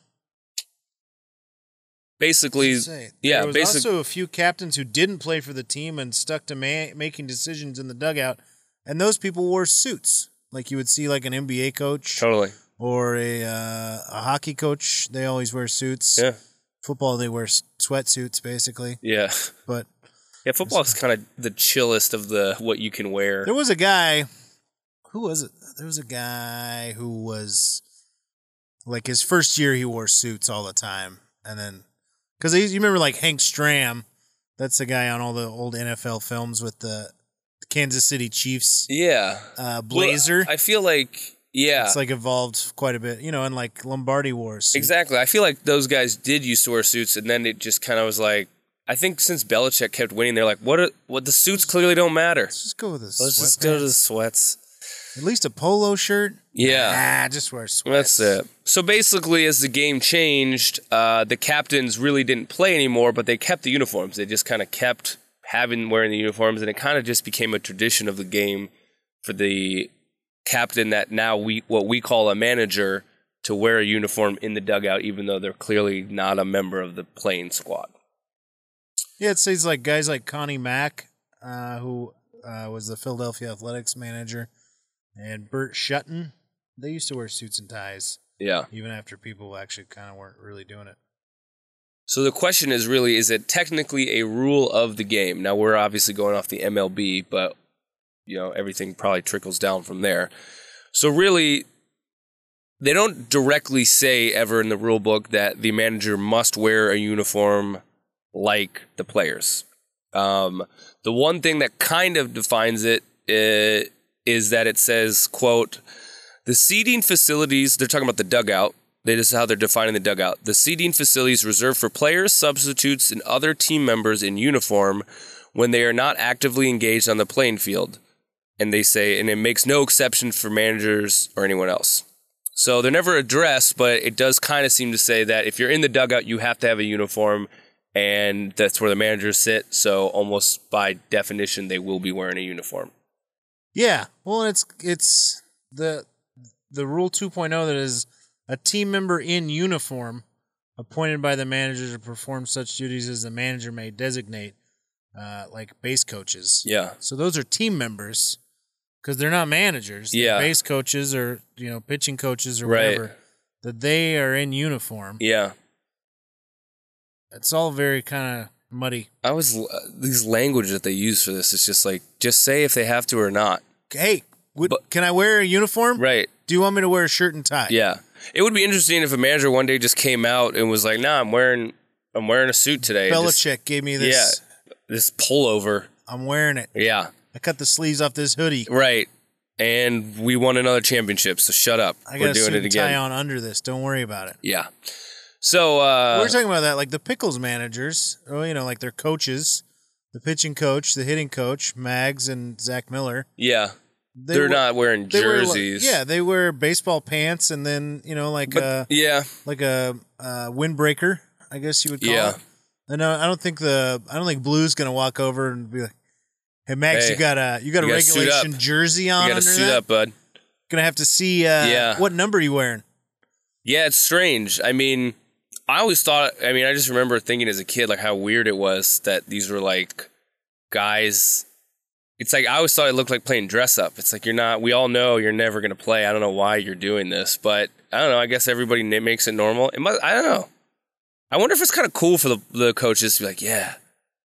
[SPEAKER 4] Basically
[SPEAKER 3] say,
[SPEAKER 4] yeah,
[SPEAKER 3] there was
[SPEAKER 4] basic-
[SPEAKER 3] also a few captains who didn't play for the team and stuck to ma- making decisions in the dugout, and those people wore suits like you would see like an NBA coach
[SPEAKER 4] totally.
[SPEAKER 3] or a uh, a hockey coach. They always wear suits.
[SPEAKER 4] Yeah.
[SPEAKER 3] Football, they wear s- sweatsuits basically,
[SPEAKER 4] Yeah.
[SPEAKER 3] but
[SPEAKER 4] Yeah, football is kind of the chillest of the what you can wear.
[SPEAKER 3] There was a guy. Who was it? There was a guy who was like his first year he wore suits all the time, and then because you remember like Hank Stram, that's the guy on all the old NFL films with the Kansas City Chiefs
[SPEAKER 4] Yeah.
[SPEAKER 3] uh, blazer.
[SPEAKER 4] Well, I feel like yeah.
[SPEAKER 3] it's like evolved quite a bit, you know, and like Lombardi wore a suit.
[SPEAKER 4] Exactly. I feel like those guys did used to wear suits, and then it just kind of was like, I think since Belichick kept winning, they're like, what? Are, what? The suits clearly don't matter.
[SPEAKER 3] Let's just go with a
[SPEAKER 4] Let's just
[SPEAKER 3] sweatpants.
[SPEAKER 4] go to the sweats.
[SPEAKER 3] At least a polo shirt.
[SPEAKER 4] Yeah,
[SPEAKER 3] Ah, just wear sweats.
[SPEAKER 4] that's it. So basically, as the game changed, uh, the captains really didn't play anymore, but they kept the uniforms. They just kind of kept having wearing the uniforms, and it kind of just became a tradition of the game for the captain that now we what we call a manager to wear a uniform in the dugout, even though they're clearly not a member of the playing squad.
[SPEAKER 3] Yeah, it says like guys like Connie Mack, uh, who uh, was the Philadelphia Athletics manager, and Bert Shutton. They used to wear suits and ties,
[SPEAKER 4] Yeah.
[SPEAKER 3] even after people actually kind of weren't really doing it.
[SPEAKER 4] So the question is really is it technically a rule of the game? Now we're obviously going off the MLB, but you know, everything probably trickles down from there. So really they don't directly say ever in the rule book that the manager must wear a uniform like the players. Um, the one thing that kind of defines it uh, is that it says, quote, the seating facilities, they're talking about the dugout. They just how they're defining the dugout. The seating facilities reserved for players, substitutes, and other team members in uniform when they are not actively engaged on the playing field. And they say, and it makes no exception for managers or anyone else. So they're never addressed, but it does kind of seem to say that if you're in the dugout, you have to have a uniform, and that's where the managers sit. So almost by definition, they will be wearing a uniform.
[SPEAKER 3] Yeah, well, it's it's the the rule 2.0 that is a team member in uniform appointed by the manager to perform such duties as the manager may designate, uh, like base coaches.
[SPEAKER 4] Yeah.
[SPEAKER 3] So those are team members because they're not managers. They're
[SPEAKER 4] Yeah.
[SPEAKER 3] Base coaches or, you know, pitching coaches or
[SPEAKER 4] Right.
[SPEAKER 3] whatever. That they are in uniform.
[SPEAKER 4] Yeah.
[SPEAKER 3] It's all very kind of muddy.
[SPEAKER 4] I was these language that they use for this. It's just like just say if they have to or not.
[SPEAKER 3] Hey, would,
[SPEAKER 4] But-
[SPEAKER 3] can I wear a uniform?
[SPEAKER 4] Right.
[SPEAKER 3] Do you want me to wear a shirt and tie?
[SPEAKER 4] Yeah. It would be interesting if a manager one day just came out and was like, "Nah, I'm wearing I'm wearing a suit today. Just-
[SPEAKER 3] Belichick gave me this.
[SPEAKER 4] this pullover.
[SPEAKER 3] I'm wearing it.
[SPEAKER 4] Yeah.
[SPEAKER 3] I cut the sleeves off this hoodie.
[SPEAKER 4] Right. And we won another championship. So shut up.
[SPEAKER 3] I got
[SPEAKER 4] We're
[SPEAKER 3] a
[SPEAKER 4] doing
[SPEAKER 3] suit
[SPEAKER 4] it
[SPEAKER 3] and tie
[SPEAKER 4] again.
[SPEAKER 3] on under this. Don't worry about it.
[SPEAKER 4] Yeah. So uh,
[SPEAKER 3] We're talking about that, like the pickles managers, or you know, like their coaches, the pitching coach, the hitting coach, Mags and Zach Miller.
[SPEAKER 4] yeah,
[SPEAKER 3] They
[SPEAKER 4] they are
[SPEAKER 3] were-
[SPEAKER 4] not wearing
[SPEAKER 3] They wear, like-
[SPEAKER 4] jerseys.
[SPEAKER 3] yeah, they wear baseball pants and then you know like
[SPEAKER 4] But,
[SPEAKER 3] a
[SPEAKER 4] yeah.
[SPEAKER 3] like a uh, windbreaker, I guess you would call
[SPEAKER 4] Yeah.
[SPEAKER 3] it. And uh, I don't think the I don't think Blue's gonna walk over and be like, "Hey Max,
[SPEAKER 4] Hey,
[SPEAKER 3] you got a you got
[SPEAKER 4] you
[SPEAKER 3] a
[SPEAKER 4] gotta suit
[SPEAKER 3] regulation
[SPEAKER 4] up.
[SPEAKER 3] jersey on
[SPEAKER 4] You got
[SPEAKER 3] under
[SPEAKER 4] to suit
[SPEAKER 3] that?
[SPEAKER 4] up, bud.
[SPEAKER 3] Gonna have to see uh,
[SPEAKER 4] Yeah.
[SPEAKER 3] what number you wearing."
[SPEAKER 4] Yeah, it's strange. I mean, I always thought, I mean, I just remember thinking as a kid, like, how weird it was that these were like guys. It's like, I always thought it looked like playing dress up. It's like, you're not, we all know you're never going to play. I don't know why you're doing this, but I don't know. I guess everybody na- makes it normal. It must, I don't know. I wonder if it's kind of cool for the, the coaches to be like, yeah,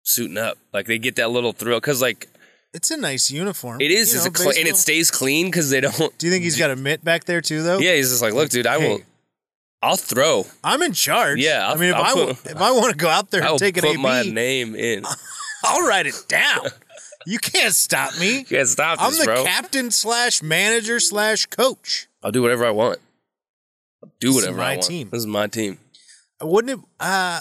[SPEAKER 4] suiting up. Like, they get that little thrill. Cause, like,
[SPEAKER 3] It's a nice uniform.
[SPEAKER 4] it is,
[SPEAKER 3] You
[SPEAKER 4] it's
[SPEAKER 3] know,
[SPEAKER 4] a clean, and it
[SPEAKER 3] baseball-
[SPEAKER 4] stays clean because they don't.
[SPEAKER 3] Do you think he's got a mitt back there too, though?
[SPEAKER 4] Yeah, he's just like, look, dude, I
[SPEAKER 3] Hey.
[SPEAKER 4] will, I'll throw.
[SPEAKER 3] I'm in charge.
[SPEAKER 4] Yeah,
[SPEAKER 3] I
[SPEAKER 4] I'll-
[SPEAKER 3] mean, if
[SPEAKER 4] I'll
[SPEAKER 3] I wa-
[SPEAKER 4] put-
[SPEAKER 3] if I want to go out there
[SPEAKER 4] I will
[SPEAKER 3] and take an
[SPEAKER 4] put my
[SPEAKER 3] AB,
[SPEAKER 4] name in.
[SPEAKER 3] I'll write it down. you can't stop me.
[SPEAKER 4] You can't stop
[SPEAKER 3] I'm
[SPEAKER 4] this,
[SPEAKER 3] the
[SPEAKER 4] bro.
[SPEAKER 3] captain slash manager slash coach.
[SPEAKER 4] I'll do whatever I want. I'll do
[SPEAKER 3] This is
[SPEAKER 4] whatever
[SPEAKER 3] my
[SPEAKER 4] I want.
[SPEAKER 3] team.
[SPEAKER 4] This is my team.
[SPEAKER 3] Wouldn't it? Uh,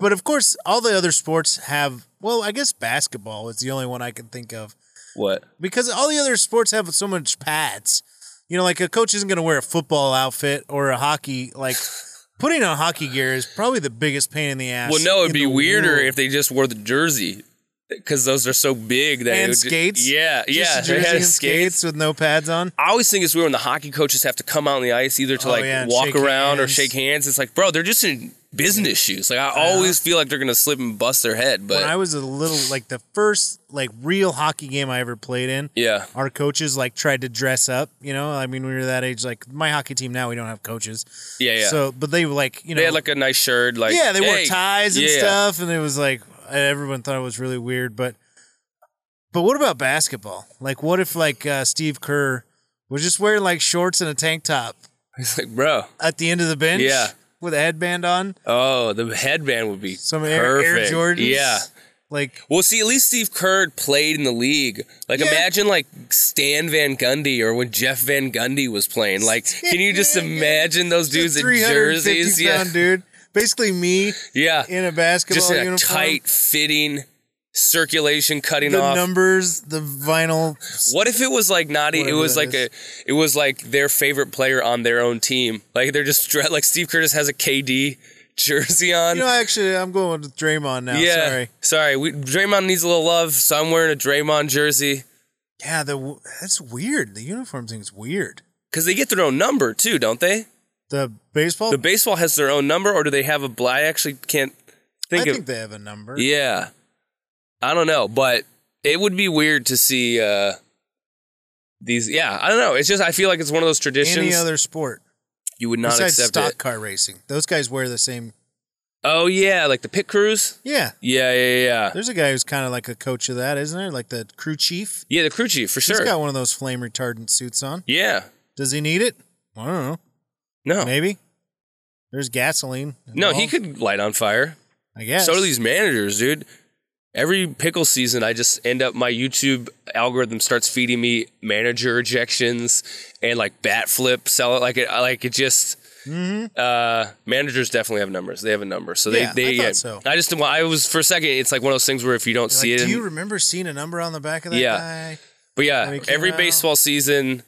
[SPEAKER 3] But of course, all the other sports have. Well, I guess basketball is the only one I can think of
[SPEAKER 4] What?
[SPEAKER 3] because all the other sports have so much pads. You know, like a coach isn't going to wear a football outfit or a hockey. Like putting on hockey gear is probably the biggest pain in the ass.
[SPEAKER 4] Well, no, it'd
[SPEAKER 3] in
[SPEAKER 4] be
[SPEAKER 3] the
[SPEAKER 4] weirder
[SPEAKER 3] world.
[SPEAKER 4] if they just wore the jersey because those are so big that it
[SPEAKER 3] And
[SPEAKER 4] would ju-
[SPEAKER 3] skates?
[SPEAKER 4] yeah, yeah,
[SPEAKER 3] Just
[SPEAKER 4] they
[SPEAKER 3] jersey
[SPEAKER 4] had
[SPEAKER 3] and skates with no pads on.
[SPEAKER 4] I always think it's weird when the hockey coaches have to come out on the ice either to
[SPEAKER 3] Oh,
[SPEAKER 4] like
[SPEAKER 3] yeah, and
[SPEAKER 4] walk
[SPEAKER 3] shake
[SPEAKER 4] around or
[SPEAKER 3] hands. Uh-huh.
[SPEAKER 4] shake hands. It's like, bro, they're just in business shoes. Like I always feel like they're gonna slip and bust their head. But
[SPEAKER 3] When I was a little, like the first like real hockey game I ever played in,
[SPEAKER 4] yeah,
[SPEAKER 3] our coaches like tried to dress up. You know, I mean, we were that age. Like my hockey team now, we don't have coaches.
[SPEAKER 4] yeah, yeah.
[SPEAKER 3] So, but they like you know
[SPEAKER 4] they had like a nice shirt. Like
[SPEAKER 3] yeah, they wore
[SPEAKER 4] hey,
[SPEAKER 3] ties and
[SPEAKER 4] yeah.
[SPEAKER 3] stuff, and it was like everyone thought it was really weird. But but what about basketball? Like, what if like uh, Steve Kerr was just wearing like shorts and a tank top
[SPEAKER 4] It's like, bro,
[SPEAKER 3] at the end of the bench?
[SPEAKER 4] Yeah.
[SPEAKER 3] with a headband on,
[SPEAKER 4] oh, the headband would be
[SPEAKER 3] some Air,
[SPEAKER 4] perfect.
[SPEAKER 3] Air Jordans.
[SPEAKER 4] Yeah.
[SPEAKER 3] like
[SPEAKER 4] Well, see, at least Steve Kerr played in the league. Like,
[SPEAKER 3] Yeah.
[SPEAKER 4] imagine like Stan Van Gundy or when Jeff Van Gundy was playing. Like, can you just
[SPEAKER 3] Stan Van Gundy.
[SPEAKER 4] imagine those dudes in
[SPEAKER 3] three hundred
[SPEAKER 4] jerseys?
[SPEAKER 3] fifty
[SPEAKER 4] Yeah,
[SPEAKER 3] pound dude, basically me
[SPEAKER 4] yeah.
[SPEAKER 3] in a basketball
[SPEAKER 4] Just in a
[SPEAKER 3] uniform.
[SPEAKER 4] tight fitting circulation cutting
[SPEAKER 3] the
[SPEAKER 4] off.
[SPEAKER 3] numbers, the vinyl.
[SPEAKER 4] what if it was like not? e- It
[SPEAKER 3] Whatever
[SPEAKER 4] was
[SPEAKER 3] that
[SPEAKER 4] like
[SPEAKER 3] is.
[SPEAKER 4] a. It was like their favorite player on their own team. Like they're just dre- like Steve Curtis has a KD jersey on.
[SPEAKER 3] You know, actually, I'm going with Draymond now.
[SPEAKER 4] yeah,
[SPEAKER 3] Sorry.
[SPEAKER 4] sorry. We, Draymond needs a little love, so I'm wearing a Draymond jersey.
[SPEAKER 3] Yeah, the that's weird. The uniform thing's weird.
[SPEAKER 4] Because they get their own number too, don't they?
[SPEAKER 3] The baseball.
[SPEAKER 4] The baseball has their own number, or do they have a bl I actually can't think
[SPEAKER 3] I
[SPEAKER 4] of.
[SPEAKER 3] think they have a number.
[SPEAKER 4] yeah, I don't know, but it would be weird to see uh, these. Yeah, I don't know. It's just I feel like it's one of those traditions
[SPEAKER 3] Any other sport
[SPEAKER 4] you would not
[SPEAKER 3] besides
[SPEAKER 4] accept
[SPEAKER 3] stock
[SPEAKER 4] it.
[SPEAKER 3] car racing, those guys wear the same.
[SPEAKER 4] Oh yeah, like the pit crews.
[SPEAKER 3] Yeah,
[SPEAKER 4] Yeah, yeah, yeah, yeah.
[SPEAKER 3] there's a guy who's kind of like a coach of that, isn't there? Like the crew chief.
[SPEAKER 4] Yeah, the crew chief for sure.
[SPEAKER 3] He's got one of those flame retardant suits on.
[SPEAKER 4] yeah,
[SPEAKER 3] Does he need it? I don't know.
[SPEAKER 4] no,
[SPEAKER 3] Maybe. There's gasoline.
[SPEAKER 4] Oh. no, he
[SPEAKER 3] involved,
[SPEAKER 4] could light on fire.
[SPEAKER 3] I guess.
[SPEAKER 4] So do these managers, dude. Every pickle season, I just end up my YouTube algorithm starts feeding me manager ejections and like bat flip sell it like it like it just. Uh, managers definitely have numbers. They have a number, so they
[SPEAKER 3] Mm-hmm. Yeah, I
[SPEAKER 4] they.
[SPEAKER 3] thought so.
[SPEAKER 4] I just I was for a second. It's like one of those things where if you don't
[SPEAKER 3] Like,
[SPEAKER 4] see it,
[SPEAKER 3] do
[SPEAKER 4] in-
[SPEAKER 3] you remember seeing a number on the back of that
[SPEAKER 4] Yeah.
[SPEAKER 3] guy?
[SPEAKER 4] but
[SPEAKER 3] when
[SPEAKER 4] yeah,
[SPEAKER 3] it came
[SPEAKER 4] every
[SPEAKER 3] out?
[SPEAKER 4] baseball season,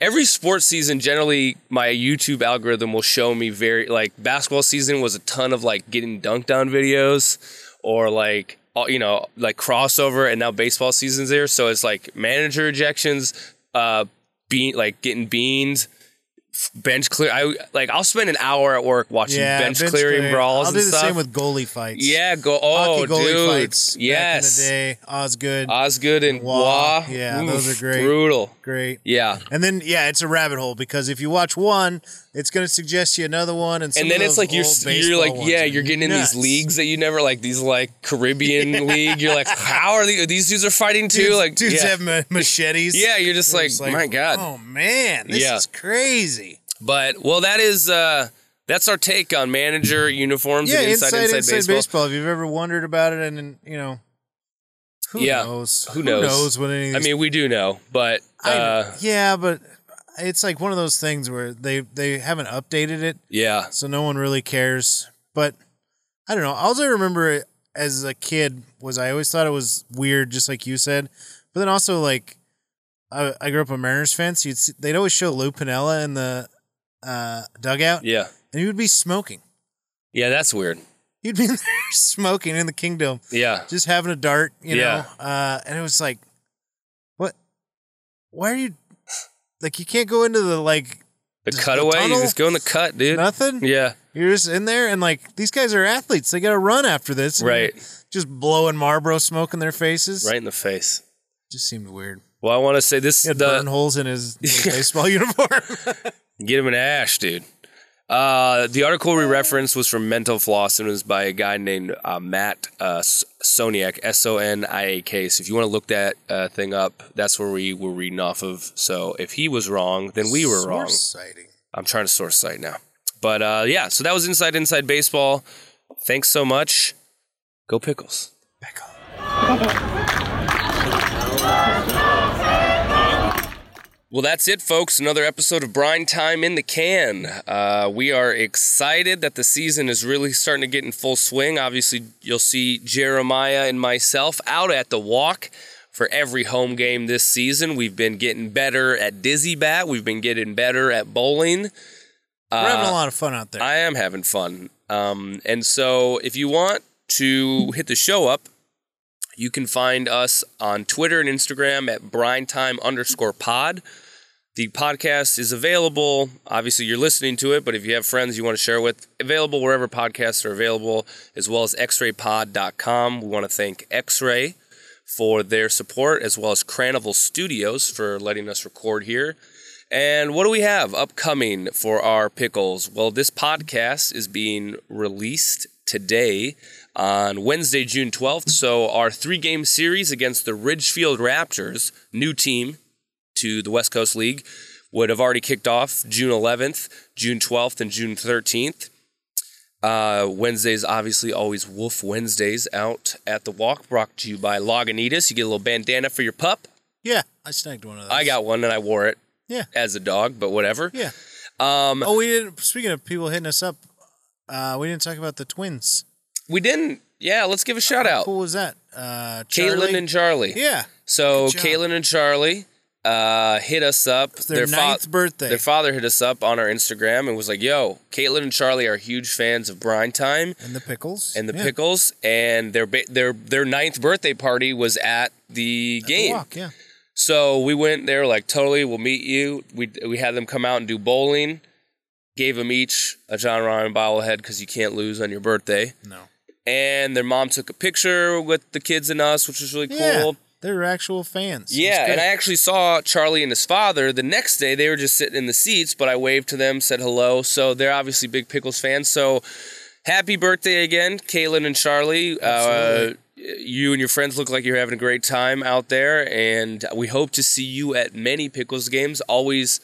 [SPEAKER 4] every sports season, generally my YouTube algorithm will show me very like basketball season was a ton of like getting dunked on videos or like all- you know like crossover, and now baseball season's there, so it's like manager ejections, uh, bean like getting beans. Bench clear. I like. I'll spend an hour at work watching
[SPEAKER 3] Yeah,
[SPEAKER 4] bench, clearing
[SPEAKER 3] I'll
[SPEAKER 4] brawls and
[SPEAKER 3] do the
[SPEAKER 4] stuff.
[SPEAKER 3] same with goalie fights.
[SPEAKER 4] yeah, go. Oh,
[SPEAKER 3] Hockey goalie
[SPEAKER 4] dude.
[SPEAKER 3] fights. Back
[SPEAKER 4] yes.
[SPEAKER 3] in the day, Osgood,
[SPEAKER 4] Osgood and
[SPEAKER 3] Wah.
[SPEAKER 4] Wah.
[SPEAKER 3] Yeah, those are great.
[SPEAKER 4] Brutal.
[SPEAKER 3] great.
[SPEAKER 4] Yeah.
[SPEAKER 3] And then yeah, it's a rabbit hole because if you watch one, it's going to suggest you another one, and, some
[SPEAKER 4] And then
[SPEAKER 3] of
[SPEAKER 4] it's
[SPEAKER 3] those
[SPEAKER 4] like you're
[SPEAKER 3] old
[SPEAKER 4] you're
[SPEAKER 3] baseball
[SPEAKER 4] like
[SPEAKER 3] ones
[SPEAKER 4] yeah
[SPEAKER 3] are
[SPEAKER 4] you're getting in
[SPEAKER 3] nuts.
[SPEAKER 4] these leagues that you never like these like Caribbean league you're like how are these these dudes are fighting too
[SPEAKER 3] Dudes,
[SPEAKER 4] like
[SPEAKER 3] dudes
[SPEAKER 4] yeah.
[SPEAKER 3] have ma- machetes.
[SPEAKER 4] yeah you're just like,
[SPEAKER 3] It's
[SPEAKER 4] my god
[SPEAKER 3] Oh man, this
[SPEAKER 4] Yeah.
[SPEAKER 3] is crazy.
[SPEAKER 4] but well that is uh that's our take on manager uniforms
[SPEAKER 3] Yeah,
[SPEAKER 4] and inside inside, baseball.
[SPEAKER 3] If you've ever wondered about it, and, and you know, who
[SPEAKER 4] Yeah.
[SPEAKER 3] knows?
[SPEAKER 4] Who knows?
[SPEAKER 3] what any of
[SPEAKER 4] I
[SPEAKER 3] these?
[SPEAKER 4] mean we do know but
[SPEAKER 3] I-
[SPEAKER 4] uh
[SPEAKER 3] yeah, but it's like one of those things where they they haven't updated it
[SPEAKER 4] yeah
[SPEAKER 3] so no one really cares. But I don't know. All I remember as a kid was I always thought it was weird, just like you said. But then also like I, I grew up a Mariners fan, so you'd see, they'd always show Lou Pinella in the uh, dugout,
[SPEAKER 4] yeah
[SPEAKER 3] and he would be smoking.
[SPEAKER 4] yeah that's weird
[SPEAKER 3] He'd be in there smoking in the kingdom,
[SPEAKER 4] yeah
[SPEAKER 3] just having a dart, you
[SPEAKER 4] Yeah.
[SPEAKER 3] know. Uh, and it was like, what? Why are you like you can't go into the like
[SPEAKER 4] the
[SPEAKER 3] Just the
[SPEAKER 4] cutaway you
[SPEAKER 3] tunnel?
[SPEAKER 4] just go in the cut dude
[SPEAKER 3] nothing?
[SPEAKER 4] yeah
[SPEAKER 3] You're just in there, and like these guys are athletes. They got to run after this, and
[SPEAKER 4] Right.
[SPEAKER 3] Just blowing Marlboro smoke in their faces,
[SPEAKER 4] right in the face
[SPEAKER 3] Just seemed weird.
[SPEAKER 4] well I want to say this
[SPEAKER 3] He had
[SPEAKER 4] the
[SPEAKER 3] burn holes in his little baseball uniform.
[SPEAKER 4] Get him an ash, dude. Uh, the article we referenced was from Mental Floss and it was by a guy named uh, Matt uh, S- Soniak, S O N I A K. So if you want to look that uh, thing up, that's where we were reading off of. So if he was wrong, then we were wrong.
[SPEAKER 3] Source Sighting.
[SPEAKER 4] I'm trying to source site now. But uh, yeah, so that was Inside Inside Baseball. Thanks so much. Go Pickles. Well, that's it, folks. Another episode of Brine Time in the Can. Uh, we are excited that the season is really starting to get in full swing. Obviously, you'll see Jeremiah and myself out at the walk for every home game this season. We've been getting better at Dizzy Bat, we've been getting better at bowling.
[SPEAKER 3] We're having a lot of fun out there.
[SPEAKER 4] Uh, I am having fun. Um, and so if you want to hit the show up, you can find us on Twitter and Instagram at brinetime underscore pod. The podcast is available. Obviously, you're listening to it, but if you have friends you want to share with, available wherever podcasts are available, as well as xraypod.com. We want to thank X-Ray for their support, as well as Cranival Studios for letting us record here. And what do we have upcoming for our pickles? Well, this podcast is being released today on Wednesday, June 12th. So, our three game series against the Ridgefield Raptors, new team to the West Coast League, would have already kicked off June 11th, June 12th, and June 13th. Uh, Wednesdays, obviously, always Wolf Wednesdays out at the walk, brought to you by Lagunitas. You get a little bandana for your pup.
[SPEAKER 3] yeah, I snagged one of those.
[SPEAKER 4] I got one and I wore it
[SPEAKER 3] Yeah,
[SPEAKER 4] as a dog, but whatever.
[SPEAKER 3] yeah.
[SPEAKER 4] Um,
[SPEAKER 3] Oh, we didn't. Speaking of people hitting us up, uh, we didn't talk about the twins.
[SPEAKER 4] We didn't. Yeah, let's give a shout out.
[SPEAKER 3] Who was that? Uh,
[SPEAKER 4] Oh.
[SPEAKER 3] Oh,
[SPEAKER 4] Caitlin
[SPEAKER 3] Charlie?
[SPEAKER 4] and Charlie.
[SPEAKER 3] yeah,
[SPEAKER 4] So
[SPEAKER 3] Good job.
[SPEAKER 4] Caitlin and Charlie uh, hit us up.
[SPEAKER 3] their ninth birthday.
[SPEAKER 4] Their father hit us up on our Instagram and was like, "Yo, Caitlin and Charlie are huge fans of Brine Time
[SPEAKER 3] and the pickles
[SPEAKER 4] and the
[SPEAKER 3] Yeah.
[SPEAKER 4] Pickles, and their ba- their their ninth birthday party was at
[SPEAKER 3] The
[SPEAKER 4] the game.
[SPEAKER 3] walk, yeah.
[SPEAKER 4] So we went there like totally. We'll meet you. We we had them come out and do bowling. Gave them each a John Ryan bobblehead because you can't lose on your birthday.
[SPEAKER 3] No.
[SPEAKER 4] and their mom took a picture with the kids and us, which was really cool.
[SPEAKER 3] Yeah,
[SPEAKER 4] Yeah,
[SPEAKER 3] they're actual fans. It's
[SPEAKER 4] and
[SPEAKER 3] good.
[SPEAKER 4] I actually saw Charlie and his father the next day. They were just sitting in the seats, but I waved to them, said hello. So they're obviously big Pickles fans. So happy birthday again, Caitlin and Charlie. Uh,
[SPEAKER 3] Absolutely.
[SPEAKER 4] you and your friends look like you're having a great time out there, and we hope to see you at many Pickles games. Always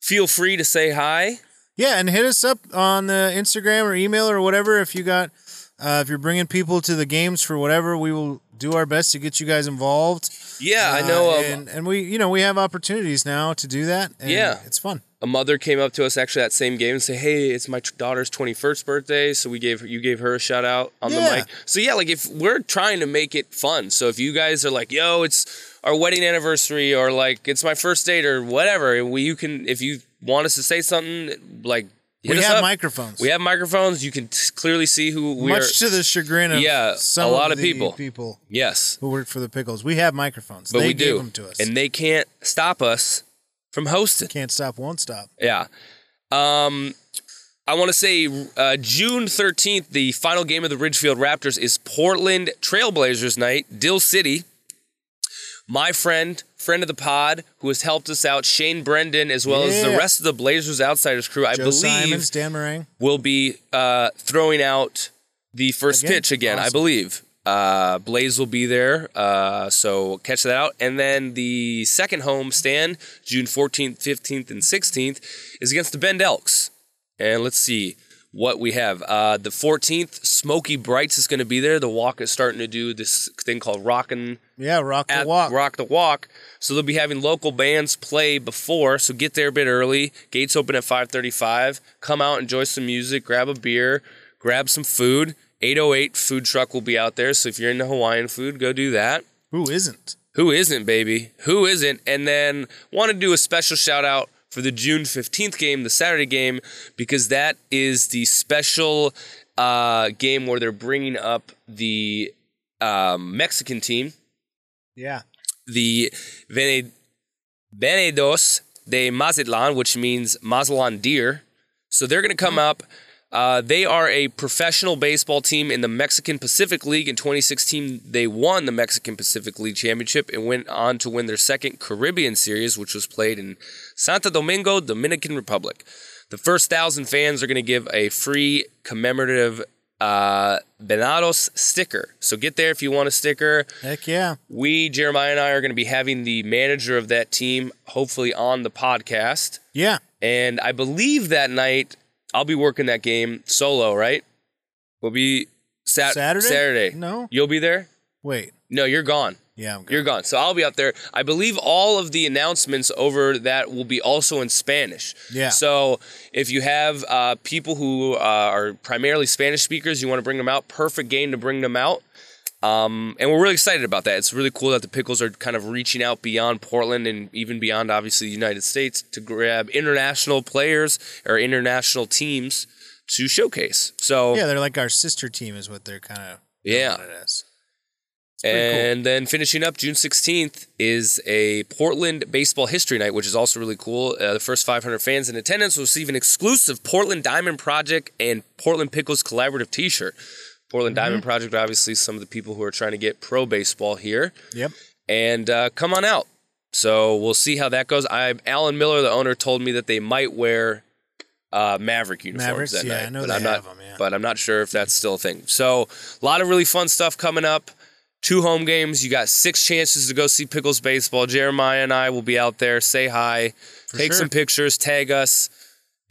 [SPEAKER 4] feel free to say hi.
[SPEAKER 3] yeah, and hit us up on the Instagram or email or whatever if you got uh, if you're bringing people to the games for whatever. We will do our best to get you guys involved.
[SPEAKER 4] Yeah, I
[SPEAKER 3] Uh,
[SPEAKER 4] know. um,
[SPEAKER 3] and, and we you know we have opportunities now to do that. And
[SPEAKER 4] Yeah.
[SPEAKER 3] it's fun.
[SPEAKER 4] a mother came up to us actually that same game and said, "Hey, it's my tr- daughter's 21st birthday, so we gave you gave her a shout out on
[SPEAKER 3] Yeah.
[SPEAKER 4] the mic." So yeah, like if we're trying to make it fun. So if you guys are like, "Yo, it's our wedding anniversary," or like "It's my first date," or whatever, and we you can if you want us to say something like hit
[SPEAKER 3] we
[SPEAKER 4] us
[SPEAKER 3] have
[SPEAKER 4] up.
[SPEAKER 3] microphones.
[SPEAKER 4] we have microphones. You can t- clearly see who we
[SPEAKER 3] much
[SPEAKER 4] are.
[SPEAKER 3] to the chagrin of
[SPEAKER 4] Yeah,
[SPEAKER 3] some
[SPEAKER 4] a lot of
[SPEAKER 3] the
[SPEAKER 4] people.
[SPEAKER 3] people
[SPEAKER 4] yes,
[SPEAKER 3] who work for the pickles. We have microphones.
[SPEAKER 4] but
[SPEAKER 3] they
[SPEAKER 4] we
[SPEAKER 3] gave
[SPEAKER 4] do,
[SPEAKER 3] them to us.
[SPEAKER 4] and they can't stop us from hosting.
[SPEAKER 3] can't stop, won't stop.
[SPEAKER 4] Yeah. Um, I want to say uh, June 13th, the final game of the Ridgefield Raptors is Portland Trailblazers night, Dill City. My friend, friend of the pod, who has helped us out, Shane Brendan, as well as the
[SPEAKER 3] Yeah.
[SPEAKER 4] rest of the Blazers Outsiders crew, I
[SPEAKER 3] Joe
[SPEAKER 4] believe,
[SPEAKER 3] Simons, Dan Meringue.
[SPEAKER 4] will be uh, throwing out the first
[SPEAKER 3] Again?
[SPEAKER 4] pitch again, I
[SPEAKER 3] Awesome.
[SPEAKER 4] believe. Uh, Blaze will be there, uh, so catch that out. And then the second home stand, June 14th, 15th, and 16th, is against the Bend Elks. And let's see what we have. Uh, the 14th, Smoky Brights is going to be there. The walk is starting to do this thing called Rockin'
[SPEAKER 3] Yeah, rock the
[SPEAKER 4] at
[SPEAKER 3] walk.
[SPEAKER 4] Rock the Walk. So they'll be having local bands play before. So get there a bit early. Gates open at 5:35. Come out, enjoy some music, grab a beer, grab some food. 808 food truck will be out there. So if you're into Hawaiian food, go do that.
[SPEAKER 3] Who isn't?
[SPEAKER 4] Who isn't, baby? Who isn't? And then want to do a special shout out for the June 15th game, the Saturday game, because that is the special uh, game where they're bringing up the um, Mexican team
[SPEAKER 3] Yeah.
[SPEAKER 4] the Vene- Venedos de Mazatlan, which means Mazatlan deer. So they're going to come up. Uh, they are a professional baseball team in the Mexican Pacific League. In 2016, they won the Mexican Pacific League Championship and went on to win their second Caribbean Series, which was played in Santo Domingo, Dominican Republic. The first thousand fans are going to give a free commemorative uh, Venados sticker. So get there if you want a sticker.
[SPEAKER 3] Heck yeah.
[SPEAKER 4] We, Jeremiah and I, are going to be having the manager of that team hopefully on the podcast.
[SPEAKER 3] Yeah.
[SPEAKER 4] And I believe that night I'll be working that game solo, right? We'll be sat-
[SPEAKER 3] Saturday?
[SPEAKER 4] Saturday.
[SPEAKER 3] No.
[SPEAKER 4] You'll be there?
[SPEAKER 3] Wait.
[SPEAKER 4] No, you're gone.
[SPEAKER 3] Yeah, I'm good.
[SPEAKER 4] You're gone. So I'll be out there. I believe all of the announcements over that will be also in Spanish.
[SPEAKER 3] Yeah.
[SPEAKER 4] So if you have uh, people who uh, are primarily Spanish speakers, you want to bring them out, perfect game to bring them out. Um, and we're really excited about that. It's really cool that the Pickles are kind of reaching out beyond Portland and even beyond, obviously, the United States to grab international players or international teams to showcase. So,
[SPEAKER 3] yeah, they're like our sister team, is what they're kind of
[SPEAKER 4] Yeah.
[SPEAKER 3] calling it as. pretty cool.
[SPEAKER 4] And then finishing up June 16th is a Portland Baseball History Night, which is also really cool. Uh, the first 500 fans in attendance will receive an exclusive Portland Diamond Project and Portland Pickles collaborative t shirt. Portland
[SPEAKER 3] Mm-hmm.
[SPEAKER 4] Diamond Project, obviously, some of the people who are trying to get pro baseball here.
[SPEAKER 3] Yep.
[SPEAKER 4] And uh, come on out. So we'll see how that goes. I Alan Miller, the owner, told me that they might wear uh, Maverick uniforms
[SPEAKER 3] Mavericks,
[SPEAKER 4] that
[SPEAKER 3] yeah, I
[SPEAKER 4] night,
[SPEAKER 3] know
[SPEAKER 4] but
[SPEAKER 3] they
[SPEAKER 4] I'm not.
[SPEAKER 3] have 'em, yeah.
[SPEAKER 4] But I'm not sure if that's still a thing. So a lot of really fun stuff coming up. Two home games. You got six chances to go see Pickles baseball. Jeremiah and I will be out there. Say hi, take
[SPEAKER 3] sure.
[SPEAKER 4] some pictures, tag us,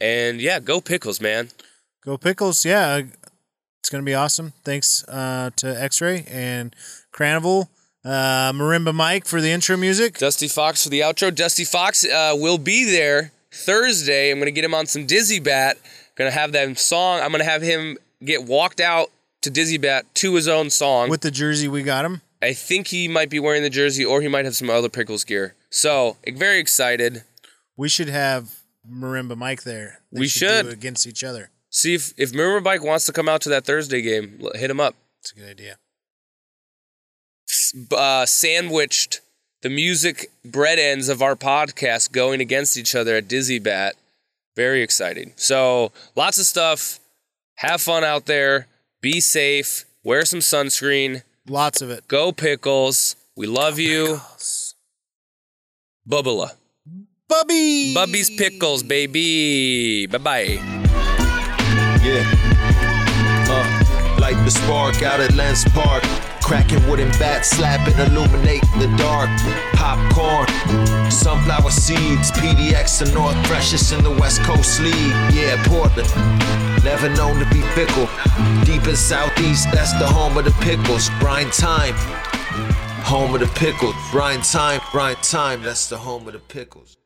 [SPEAKER 4] and yeah, go Pickles, man.
[SPEAKER 3] Go Pickles. Yeah. uh, It's going to be awesome. Thanks uh, to X Ray and Cranival, uh, Marimba Mike for the intro music.
[SPEAKER 4] Dusty Fox for the outro. Dusty Fox uh, will be there Thursday. I'm gonna get him on some Dizzy Bat. Gonna have that song. I'm gonna have him get walked out to Dizzy Bat to his own song.
[SPEAKER 3] With the jersey, we got him.
[SPEAKER 4] I think he might be wearing the jersey, or he might have some other Pickles gear. So very excited.
[SPEAKER 3] We should have Marimba Mike there. They
[SPEAKER 4] We
[SPEAKER 3] do
[SPEAKER 4] should.
[SPEAKER 3] it against each other.
[SPEAKER 4] See if if Mirror Bike wants to come out to that Thursday game. l- Hit him up.
[SPEAKER 3] It's a good idea.
[SPEAKER 4] S- Uh, sandwiched the music bread ends of our podcast going against each other at Dizzy Bat. Very exciting. So lots of stuff. Have fun out there. Be safe. Wear some sunscreen.
[SPEAKER 3] Lots of it.
[SPEAKER 4] Go Pickles. We love you. Bubba.
[SPEAKER 3] Bubby.
[SPEAKER 4] Bubby's Pickles, baby. Bye bye.
[SPEAKER 1] Yeah. Uh, light the spark out at Lens Park. Cracking wooden bats, slapping, illuminate the dark. Popcorn, sunflower seeds, PDX and North Freshest in the West Coast League. Yeah, Portland, never known to be fickle. Deep in Southeast, that's the home of the pickles. Brine time, home of the pickles. Brine time, brine time, that's the home of the pickles.